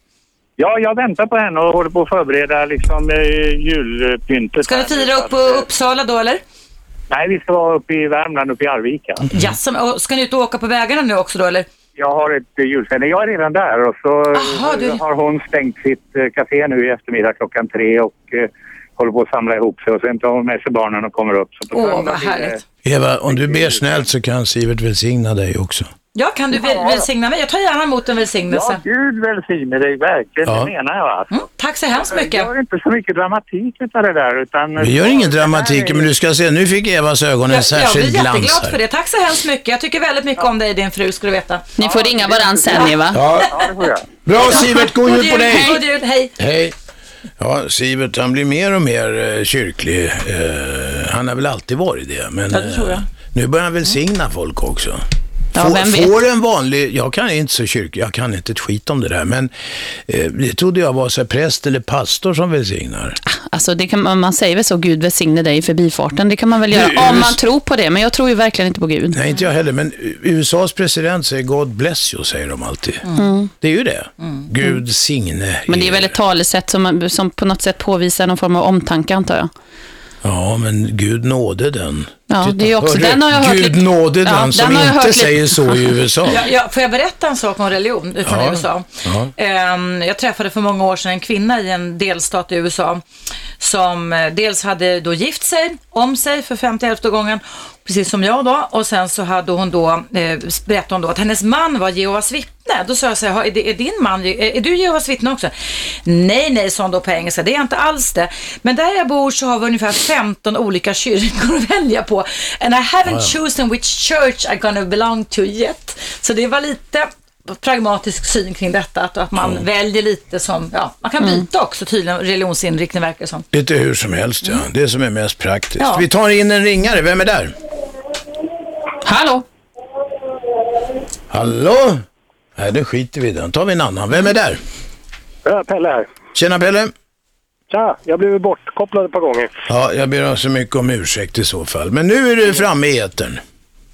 S12: Ja, jag väntar på henne och håller på att förbereda liksom, eh, julpyntet.
S1: Ska
S12: här
S1: ni
S12: nu,
S1: fira
S12: så
S1: upp på
S12: att, eh,
S1: Uppsala då eller?
S12: Nej, vi ska vara uppe i Värmland, uppe i Arvika.
S1: Jaså, men- och ska ni ut och åka på vägarna nu också då eller?
S12: jag har ett eh, julsändning. Jag är redan där och så
S1: Aha, du-
S12: har hon stängt sitt eh, café nu i eftermiddag klockan tre och eh, håller på att samla ihop sig och sen tar hon med sig barnen och kommer upp. Så på
S1: Åh,
S12: söndag
S1: vad
S12: blir det-
S1: härligt.
S2: Eva, om du ber snällt så kan Sivert välsigna dig också.
S1: Ja, kan du väl, välsigna mig? Jag tar gärna emot en välsignelse.
S12: Ja, Gud välsigne dig verkligen,
S2: Ja.
S12: det menar jag. Alltså.
S1: tack så hemskt mycket.
S12: Jag gör inte så mycket dramatik utav det där. Utan
S2: Vi gör ingen dramatik, men du ska se, nu fick Evas ögon
S1: Jag
S2: en
S1: blir
S2: särskild glans
S1: jätteglad för
S2: här.
S1: det. Tack så hemskt mycket. Jag tycker väldigt mycket om dig, din fru, ska du veta.
S7: Ni får ringa varann sen, Eva.
S2: Ja. Bra Sivert, god jul på dig!
S1: God jul, hej!
S2: Hej! Ja, Sivert han blir mer och mer eh, kyrklig. Eh, han har väl alltid varit det. Men
S1: Ja, det tror jag.
S2: Eh, nu börjar han välsigna folk också.
S1: Ja,
S2: får,
S1: vem vet?
S2: får en vanlig, jag kan inte så kyrklig, jag kan inte ett skit om det där, men eh, det trodde jag var så här, präst eller pastor som välsignar.
S7: Alltså, det kan, man- man säger väl så, Gud välsigne dig i förbifarten. Det kan man väl göra
S2: Nu-
S7: om man tror på det, men jag tror ju verkligen inte på Gud.
S2: Nej, inte jag heller, men USAs president säger God bless you, säger de alltid.
S7: Mm.
S2: Det är ju det. Gud signe.
S7: Men det är väl ett talesätt som, man- som på något sätt påvisar någon form av omtanke, antar jag.
S2: Ja, men Gud nåde den.
S7: Ja, det är ju också,
S2: Hörru,
S7: den har jag hört
S2: Gud
S7: lite-
S2: nåde
S7: Ja,
S2: den som
S7: har jag hört
S2: inte
S7: lite-
S2: säger så i USA.
S1: Ja, ja, får jag berätta en sak om religion från
S2: Ja.
S1: USA?
S2: Ja.
S1: Ehm, Jag träffade för många år sedan en kvinna i en delstat i USA som eh, dels hade då gift sig, om sig för femte elfte gången, precis som jag då, och sen så hade hon då, eh, berättade hon då att hennes man var Jehovas vittne. Då sa jag så här, "Ha, är, det, är din man, är är du Jehovas vittne också? Nej, nej, sa hon då på engelska, det är jag inte alls det. Men där jag bor så har vi ungefär 15 olika kyrkor att välja på. And I haven't
S11: Ja, ja.
S1: chosen which church I'm gonna belong to yet. Så det var lite pragmatisk syn kring detta, att, att man väljer lite som, ja, man kan
S2: Mm.
S1: byta också tydligen religionsinriktning verkar det som.
S2: Lite hur som helst, ja. Det som är mest praktiskt.
S1: Ja.
S2: Vi tar in en ringare. Vem är där?
S7: Hallå?
S2: Hallå? Nej, det skiter vi i den. tar vi en annan. Vem är där?
S13: Ja, Pelle här.
S2: Tjena Pelle.
S13: Tja, jag blev bortkopplad ett par gånger.
S2: Ja, jag ber så mycket om ursäkt i så fall. Men nu är du framme i etern.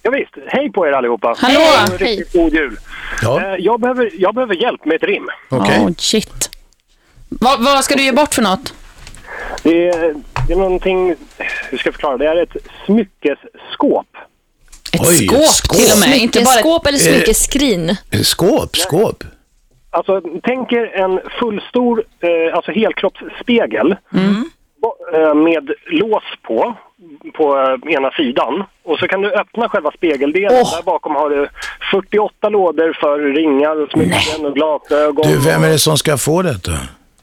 S13: Ja, visst, hej på er allihopa.
S7: Hallå!
S13: Och en
S7: Hej.
S13: Riktigt god jul.
S2: Ja.
S13: Eh, Jag, behöver, jag behöver hjälp med ett rim.
S2: Okej.
S7: Oh, shit. Vad, vad ska du ge bort för något?
S13: Det är, det är någonting, hur ska jag förklara? Det är ett smyckesskåp.
S7: Ett
S2: Oj, skåp ett skåp. till och med, inte bara ett-
S6: Smyckeskåp eller
S2: Eh,
S6: smyckeskrin?
S2: Skåp, skåp.
S13: Alltså, tänk er en fullstor, eh, alltså helkroppsspegel ba- eh, med lås på, på eh, ena sidan. Och så kan du öppna själva spegeldelen. Där bakom har du 48 lådor för ringar och smycken och glasögon.
S2: Du, vem är det som ska få detta?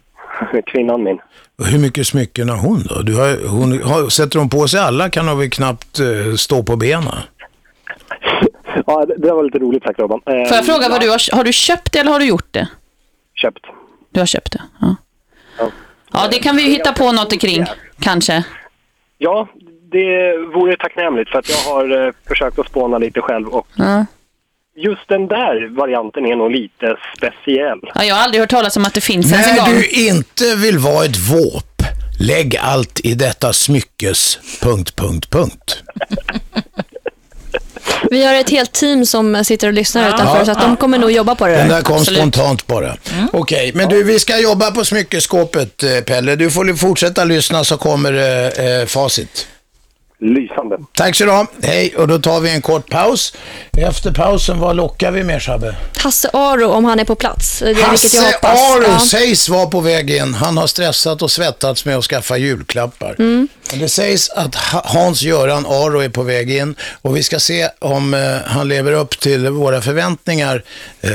S13: Kvinnan min.
S2: Och Hur mycket smycken har hon då? Du har, hon, har, sätter hon på sig alla kan hon väl knappt eh, stå på benen?
S13: Ja, det, det var lite roligt sagt Robban. Eh,
S7: Får jag fråga vad du har, har du köpt det eller har du gjort det?
S13: Köpt.
S7: Du har köpt det, ja.
S13: Ja.
S7: Ja, det kan vi ju hitta på något kring, kanske.
S13: Ja, det vore tacknämligt för att jag har eh, försökt att spåna lite själv och
S7: Ja.
S13: just den där varianten är nog lite speciell.
S7: Ja, jag har aldrig hört talas om att det finns ens en
S2: När
S7: gång.
S2: du inte vill vara ett våp, lägg allt i detta smyckes... Punkt, punkt, punkt.
S6: Vi har ett helt team som sitter och lyssnar
S2: Ja.
S6: utanför så att de kommer nog jobba på det.
S2: Den där kom spontant bara. Okej, men du, vi ska jobba på smyckeskåpet, eh, Pelle. Du får fortsätta lyssna så kommer eh, eh, facit.
S13: Lysande.
S2: Tack så du ha. Hej, och då tar vi en kort paus. Efter pausen, vad lockar vi med, Shabbe?
S6: Hasse Aro om han är på plats. Det är vilket jag
S2: Hasse
S6: hoppas.
S2: Aro
S6: Ja.
S2: sägs vara på väg in. Han har stressat och svettats med att skaffa julklappar.
S6: Mm.
S2: Men det sägs att Ha- Hans-Göran Aro är på väg in och vi ska se om eh, han lever upp till våra förväntningar. Eh,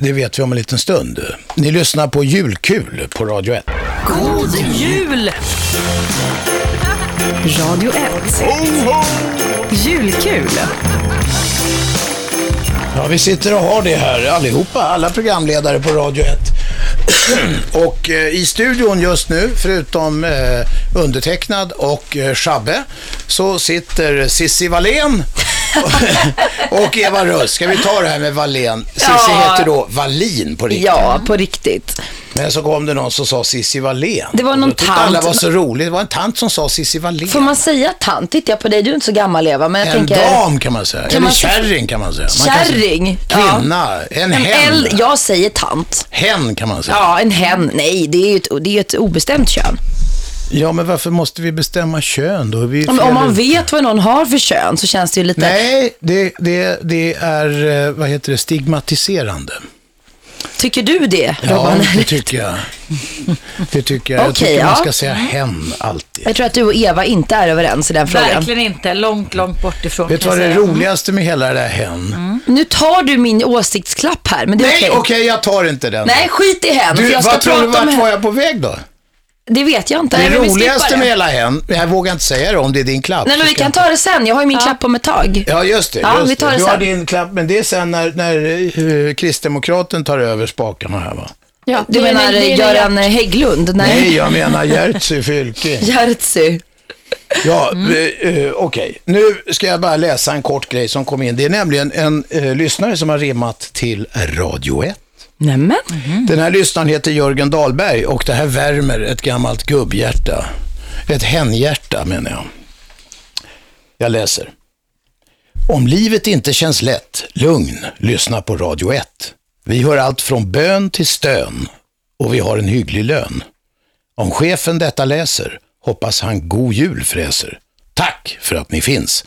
S2: det vet vi om en liten stund. Ni lyssnar på Julkul på Radio 1.
S1: God jul!
S11: Radio 1. Julkul.
S2: Ja, vi sitter och har det här allihopa, alla programledare på Radio 1. och eh, i studion just nu, förutom eh, undertecknad och eh, Shabbe, så sitter Sissi Wallén och Eva Röss. Ska vi ta det här med Wallén? Sissi
S11: Ja.
S2: heter då Wallin på riktigt.
S11: Ja, på riktigt.
S2: Men så kom det någon som sa Sissi Wallén.
S11: Det var någon
S2: Och då tyckte alla
S11: tant.
S2: var så roligt. Det var en tant som sa Sissi Wallén.
S11: Får man säga tant? Tittar jag på dig, du är inte så gammal Eva, men jag
S2: en
S11: tänker...
S2: dam kan man säga,
S11: Kan
S2: eller
S11: man-
S2: kärring kan man säga. Man kan säga
S11: Kärring?
S2: Kvinna, en hen.
S11: äldre- jag säger tant.
S2: Hen alltså. kan man säga.
S11: Ja, en hen. Nej, det är ju ett, det är ju ett obestämt kön.
S2: Ja, men varför måste vi bestämma kön då? Vi är
S11: Om, om
S2: fel
S11: man
S2: ut.
S11: vet vad någon har för kön så känns det ju lite...
S2: Nej, det, det, det är, eh, vad heter det, stigmatiserande.
S11: Tycker du det,
S2: Ja,
S11: Robban?
S2: det tycker jag. Det tycker jag. Jag
S11: Okej,
S2: tycker man
S11: ja.
S2: ska säga hen alltid.
S11: Jag tror att du och Eva inte är överens i den frågan.
S1: Verkligen inte. Långt, långt bort ifrån.
S2: Vet du
S1: kan
S2: vad
S1: jag
S2: det
S1: säga.
S2: roligaste med hela det där hen?
S11: Nu tar du min åsiktsklapp här, Mm. men det är
S2: Nej,
S11: okej.
S2: okej, jag tar inte den.
S11: Nej, skit i hen,
S2: Du,
S11: för jag ska
S2: vad tror du,
S11: prata om
S2: vart
S11: hen.
S2: var jag på väg då?
S11: Det vet jag inte.
S2: Det
S11: men vi skippar
S2: roligaste
S11: det.
S2: med hela hen, jag vågar inte säga det om det är din klapp.
S11: Nej, men
S2: så
S11: vi
S2: ska
S11: kan
S2: jag-
S11: ta det sen. Jag har ju min klapp om ett tag.
S2: Ja, just det.
S11: Ja,
S2: just
S11: vi tar det
S2: du
S11: sen.
S2: har din klapp, men det är sen när, när eh, Kristdemokraten tar över spakarna här va?
S7: Ja,
S11: du
S7: det är-
S11: menar
S7: det är-
S11: Göran Hägglund? Nej.
S2: Nej, jag menar Jerzy Fylking.
S11: Jerzy.
S2: Ja,
S11: Mm.
S2: eh, eh, okej. Nu ska jag bara läsa en kort grej som kom in. Det är nämligen en eh, lyssnare som har rimmat till Radio 1.
S11: Nämen.
S2: Den här lyssnaren heter Jörgen Dahlberg och det här värmer ett gammalt gubbhjärta. Ett hänhjärta menar jag. Jag läser. Om livet inte känns lätt, lugn, lyssna på Radio 1. Vi hör allt från bön till stön och vi har en hygglig lön. Om chefen detta läser, hoppas han god jul fräser. Tack för att ni finns.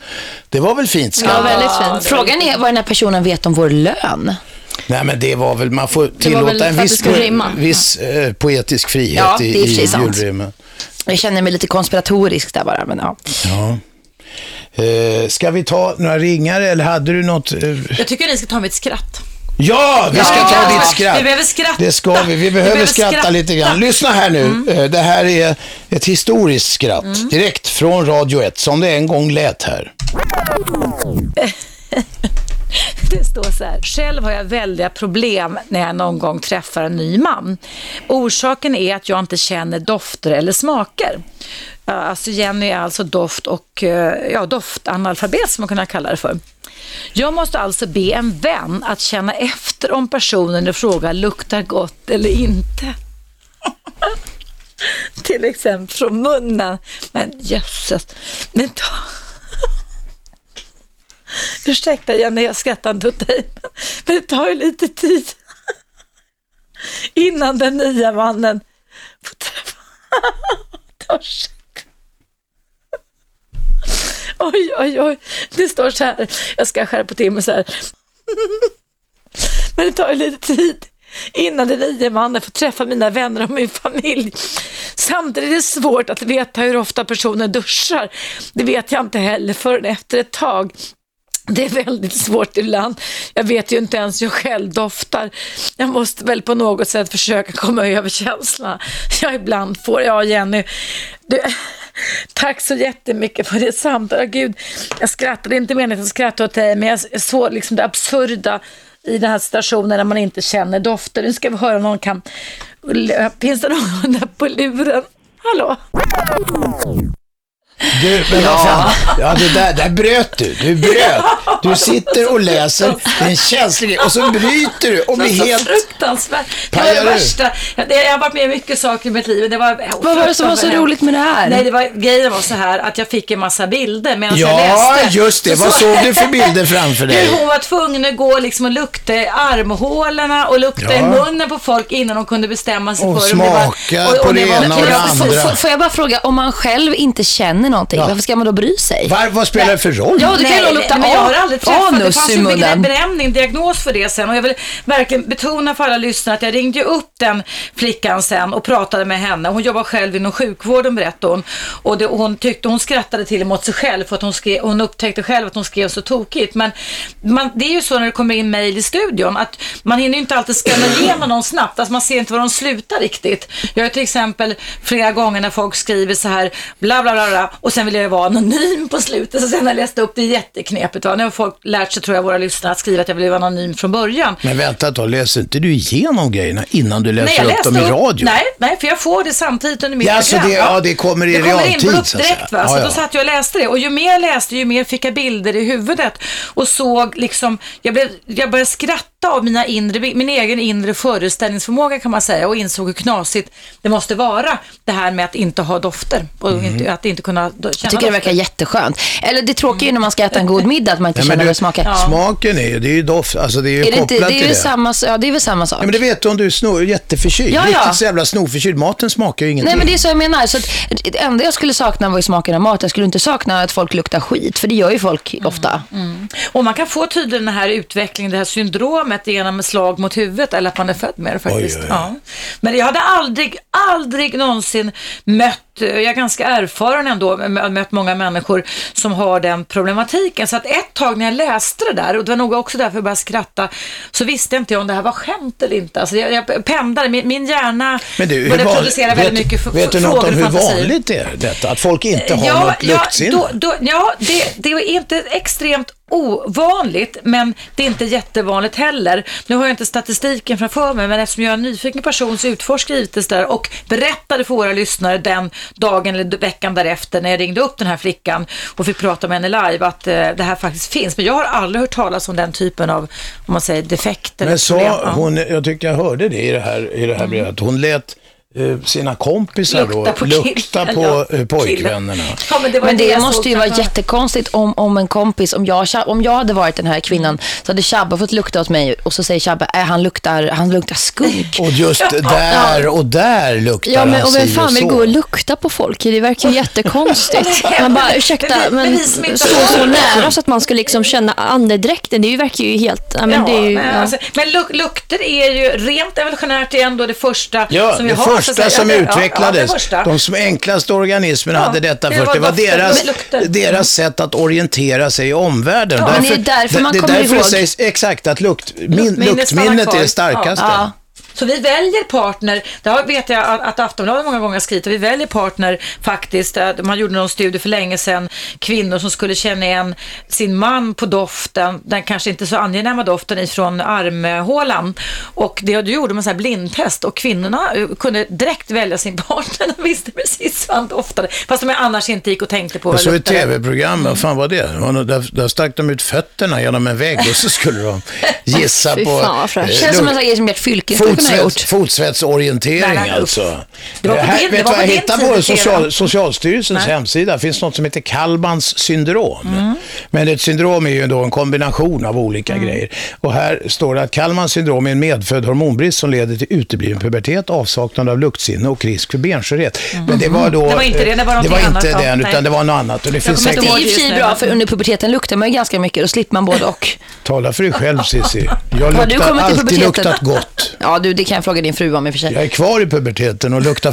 S2: Det var väl
S11: Ja,
S2: fint skrivet?
S11: väldigt fint. Frågan är vad den här personen vet om vår lön.
S2: Nej men det var väl, man får
S11: väl
S2: tillåta en
S11: för att
S2: viss,
S11: det skulle
S2: po-
S11: rimma.
S2: viss eh, poetisk frihet
S11: Ja, det är i och för
S2: i,
S11: sig
S2: i
S11: sant.
S2: julrimmen.
S11: Jag känner mig lite konspiratorisk där bara, men ja.
S2: Ja. Eh, ska vi ta några ringare eller hade du något? eh?
S1: Jag tycker ni ska ta mitt skratt.
S2: Ja, vi ska
S1: Ja.
S2: ta ditt skratt.
S1: Vi behöver skratta.
S2: Det ska vi. Vi behöver,
S1: behöver
S2: skratta,
S1: skratta.
S2: lite grann. Lyssna här nu.
S11: Mm.
S2: Eh, Det här är ett historiskt skratt. Direkt från Radio 1, som det en gång lät här.
S1: Det står så här. Själv har jag väldiga problem när jag någon gång träffar en ny man. Orsaken är att jag inte känner dofter eller smaker. Ja, Alltså Jenny är alltså doft och eh, ja, doftanalfabet som man kunna kalla det för. Jag måste alltså be en vän att känna efter om personen i fråga luktar gott eller inte. Till exempel från munnen. Men jösses. Men ta... Ursäkta Jenny, jag skrattar inte åt dig, men- men det tar ju lite tid innan den nya mannen får träffa Torsk. Oj, oj, oj, det står så här, jag ska skärpa till mig så här. Men det tar ju lite tid innan den nya mannen får träffa mina vänner och min familj. Samtidigt är det svårt att veta hur ofta personen duschar. Det vet jag inte heller förrän efter ett tag. Det är väldigt svårt ibland. Jag vet ju inte ens hur jag själv doftar. Jag måste väl på något sätt försöka komma över känslorna jag ibland får. Ja, Jenny, du, tack så jättemycket för det samtalet. Åh, Gud, jag skrattade inte meningen att jag skrattade åt dig, men jag såg liksom det absurda i den här situationen när man inte känner dofter. Nu ska vi höra om någon kan... Finns det någon där på luren? Hallå?
S2: Du, men vad fan. Ja, det där, där bröt du. Du bröt. Du sitter och läser. Det är en känslig grej. Och så bryter du och
S1: Det
S2: blir
S1: var så
S2: helt...
S1: fruktansvärt. Det var det
S2: Pajar ur.
S1: värsta. Jag, jag har varit med om mycket saker i mitt liv. men Det var,
S11: Vad var det som var så roligt med det här?
S1: Nej, det var, grejen var så här att jag fick en massa bilder medan jag
S2: Ja,
S1: läste.
S2: just det. Vad såg du för bilder framför dig?
S1: Hur hon var tvungen att gå liksom och lukta i armhålorna och lukta i
S2: Ja.
S1: munnen på folk innan de kunde bestämma sig
S2: Och
S1: för om det var...
S2: smaka på det ena och det
S11: Får, får,
S2: andra.
S11: får jag bara fråga, om man själv inte känner någonting, varför ska man då bry sig?
S2: Var, vad spelar det för roll?
S11: Ja, du kan ju lukta
S1: men jag har
S11: an-
S1: aldrig träffat, det
S11: anus
S1: fanns
S11: i
S1: ju en
S11: munnen.
S1: benämning, diagnos för det sen och jag vill verkligen betona för alla lyssnare att jag ringde ju upp den flickan sen och pratade med henne. Hon jobbar själv inom sjukvården berättade hon och det, hon tyckte hon skrattade till och med åt sig själv för att hon, skrev, hon upptäckte själv att hon skrev så tokigt. Men man, det är ju så när det kommer in mejl i studion att man hinner ju inte alltid skanna igenom någon snabbt, alltså man ser inte var de slutar riktigt. Jag har till exempel flera gånger när folk skriver så här bla bla bla, bla och sen vill jag ju vara anonym på slutet så sen när jag läste upp det är jätteknepigt. Va? Nu har folk lärt sig, tror jag, våra lyssnare att skriva att jag blev anonym från början.
S2: Men vänta ett tag, läser inte du igenom grejerna innan du läser
S1: jag
S2: upp dem i radio?
S1: Nej, nej, för jag får det samtidigt under mitt
S2: Ja, alltså
S1: program.
S2: det- ja, det kommer i
S1: det kommer
S2: realtid,
S1: in upp
S2: så att
S1: direkt.
S2: säga.
S1: Va? Så
S2: Ja,
S1: då
S2: ja.
S1: satt jag och läste det. Och ju mer jag läste, ju mer fick jag bilder i huvudet. Och såg liksom, jag, blev, jag började skratta av mina inre, min egen inre föreställningsförmåga kan man säga. Och insåg hur knasigt det måste vara, det här med att inte ha
S2: Mm.
S1: dofter. Och inte, att inte kunna do- känna
S11: Jag tycker det verkar jätteskönt. Eller det tråkiga är ju när man ska äta en god middag att man inte känna
S2: du,
S11: vad det smakar.
S2: Smaken är ju, det är ju doft, alltså det är ju
S11: Är det,
S2: kopplat
S11: inte, det,
S2: till
S11: är
S2: det.
S11: väl samma, s- ja, det är väl samma sak.
S2: Ja, men det vet du om du är snor, jätteförkyld.
S11: Ja, ja.
S2: Riktigt så jävla snorförkyld. Maten smakar ju ingenting.
S11: Nej men det är så jag menar. Så att, eh, det enda jag skulle sakna var ju smaken av mat. Jag skulle inte sakna att folk luktar skit, för det gör ju folk ofta.
S1: Mm. Och man kan få tydligen den här utvecklingen, det här syndromet genom slag mot huvudet eller att man är född med det faktiskt.
S11: Oj, oj, oj.
S1: Ja. Men jag hade aldrig, aldrig någonsin mött, jag är ganska erfaren ändå, mö- mött många människor som har den problematiken. Så att ett tag när jag läste det där, och det var nog också därför jag började skratta, så visste inte jag om det här var skämt eller inte. Alltså jag, jag pendlade, min, min hjärna
S2: Men du, hur
S1: började
S2: van-
S1: producera
S2: vet,
S1: väldigt mycket f-
S2: Vet du något
S1: frågor
S2: om
S1: och
S2: hur
S1: fantasier.
S2: vanligt det är detta? Att folk inte har något luktsinne?
S1: då, då, ja det, det är inte extremt ovanligt, men det är inte jättevanligt heller. Nu har jag inte statistiken framför mig, men eftersom jag är en nyfiken person så utforskade jag givetvis det där och berättade för våra lyssnare den dagen eller veckan därefter när jag ringde upp den här flickan och fick prata med henne live att eh, det här faktiskt finns. Men jag har aldrig hört talas om den typen av, om man säger defekt eller
S2: Men
S1: problem.
S2: sa
S1: Ja.
S2: hon, jag tyckte jag hörde det i det här, i det här brevet, att hon lät eh, sina kompisar
S11: Mm. Lukta på
S2: lukta på, då, lukta
S11: killen,
S2: på
S11: ja.
S2: eh, pojkvännerna.
S1: Ja, men det, var
S11: men
S1: inte
S11: det
S1: jag
S11: måste
S1: såg
S11: ju vara
S1: framför mig.
S11: jättekonstigt om, om en kompis, om jag, om jag hade varit den här
S1: Mm.
S11: kvinnan, så hade Shabbe fått lukta åt mig och så säger Shabbe, äh, han, luktar, han luktar skunk.
S2: Och just där och där luktar
S11: Ja, men-
S2: han
S11: och vem
S2: si
S11: fan vill
S2: så.
S11: gå
S6: Och lukta på folk, det verkar ju jättekonstigt. Man bara, ursäkta, men stå så nära så att man ska liksom känna andedräkten, det verkar ju helt... Ja, men det är ju,
S1: men,
S6: ja.
S1: alltså, men luk lukter är ju rent evolutionärt är ändå det första
S2: Ja,
S1: som vi
S2: det
S1: har. så att
S2: första
S1: säga.
S2: som
S1: Ja, ja, Ja, det
S2: utvecklades.
S1: första.
S2: de som enklaste organismerna hade detta
S1: det
S2: först.
S1: var
S2: Det var
S1: dofter,
S2: deras,
S1: men lukter.
S2: deras sätt att orientera sig i omvärlden.
S11: Mm. Ja, men det är därför man
S2: det,
S11: kommer
S2: är därför
S11: ihåg.
S2: det sägs exakt att lukt, min,
S1: Minnet stannar
S2: luktminnet
S1: kvar.
S2: är det starkaste.
S1: Ja. Ja. Så vi väljer partner, det har- vet jag att att Aftonbladet många gånger har skrivit, vi väljer partner faktiskt, eh, man gjorde någon studie för länge sedan, kvinnor som skulle känna igen sin man på doften, den kanske inte så angenäma doften ifrån armhålan. Och det du gjorde man så här blindtest och kvinnorna eh, kunde direkt välja sin partner, de visste precis vad han doftade, fast de annars inte gick och tänkte på
S2: Jag
S1: vad
S2: såg
S1: det
S2: ett
S1: luktade.
S2: tv-program, vad fan var det? Det var nog- Där, där stack de ut fötterna genom en vägg och så skulle de gissa
S11: Fy
S2: på
S11: fan, vad fräscht.
S2: eh,
S11: Känns som en sån här grej som Gert Fylking skulle kunna ha gjort.
S2: fotsvets, fotsvetsorientering
S11: Nej, nej,
S2: alltså.
S11: Det var på
S2: Eh,
S11: din- det var
S2: vet du
S11: på
S2: vad jag
S11: din
S2: hittade
S11: tid
S2: på
S11: i tv.
S2: Social, Socialstyrelsens
S11: Nej. Mm.
S2: hemsida? finns något som heter Kalmans syndrom.
S4: Mm.
S1: Mm.
S2: Men ett syndrom är ju då en kombination av olika
S11: Mm.
S2: grejer. Och här står det att Kalmans syndrom är en medfödd hormonbrist som leder till utebliven pubertet, avsaknad av luktsinne och risk för benskörhet.
S11: Mm.
S2: Men det var då...
S1: Det var inte det, det var
S2: eh,
S1: någonting
S2: det var inte
S1: annat, ja.
S2: den,
S1: Nej.
S2: utan det var något annat. Och det finns
S11: Det är
S2: säkert...
S11: i och för sig bra, för under puberteten luktar man ju ganska mycket, då slipper man både och.
S2: Tala för dig själv Cissi. Jag
S11: Har du kommit
S2: luktar
S11: till
S2: alltid
S11: puberteten?
S2: luktat gott.
S11: Ja, du, det kan jag fråga din fru om i och för sig.
S2: Jag är kvar i puberteten och luktar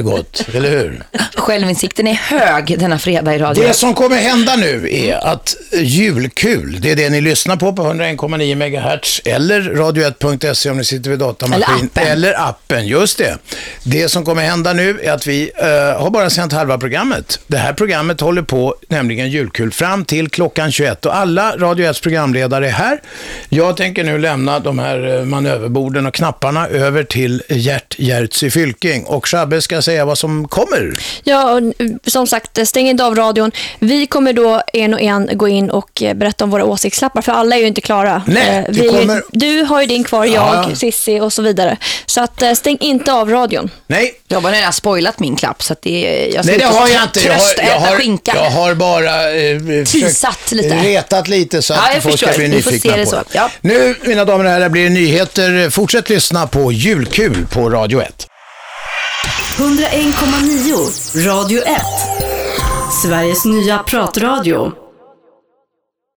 S2: gott, eller hur?
S11: Självinsikten är hög denna fredag i radio.
S2: Det som kommer hända nu är att julkul, det är det ni lyssnar på på 101,9 MHz eller radio1.se om ni sitter vid datamaskin.
S11: Eller appen.
S2: Eller appen, just det. Det som kommer hända nu är att vi eh, har bara sänt halva programmet. Det här programmet håller på, nämligen julkul, fram till klockan 21 och alla Radio 1 programledare är här. Jag tänker nu lämna de här eh, manöverborden och knapparna över till Gert Gjertsi Fylking och Shabbe ska säga vad som kommer.
S6: Ja, och n- som sagt, eh, stäng inte av radion. Vi kommer då en och en gå in och eh, berätta om våra åsiktslappar, för alla är ju inte klara.
S2: Nej,
S6: Eh,
S2: det
S6: är ju-
S2: kommer-
S6: Du har ju din kvar,
S11: Ja.
S6: jag, Sissi och så vidare. Så att, eh, stäng inte av radion.
S2: Nej.
S11: Jag har redan spoilat min klapp så att det, jag ska
S2: Nej, det
S11: ut och
S2: har jag inte. Jag har,
S11: trösta-
S2: jag
S11: äta
S2: har,
S11: skinka.
S2: jag har bara eh, försökt-
S11: Tisat lite.
S2: retat lite så att
S11: Ja, jag
S2: folk ska
S11: förstår.
S2: bli
S11: Vi får se
S2: nyfikna
S11: det
S2: på
S11: så.
S2: det.
S11: Ja.
S2: Nu, mina damer och herrar, blir det nyheter. Fortsätt lyssna på Julkul på Radio 1.
S14: 101,9 Radio 1. Sveriges nya pratradio.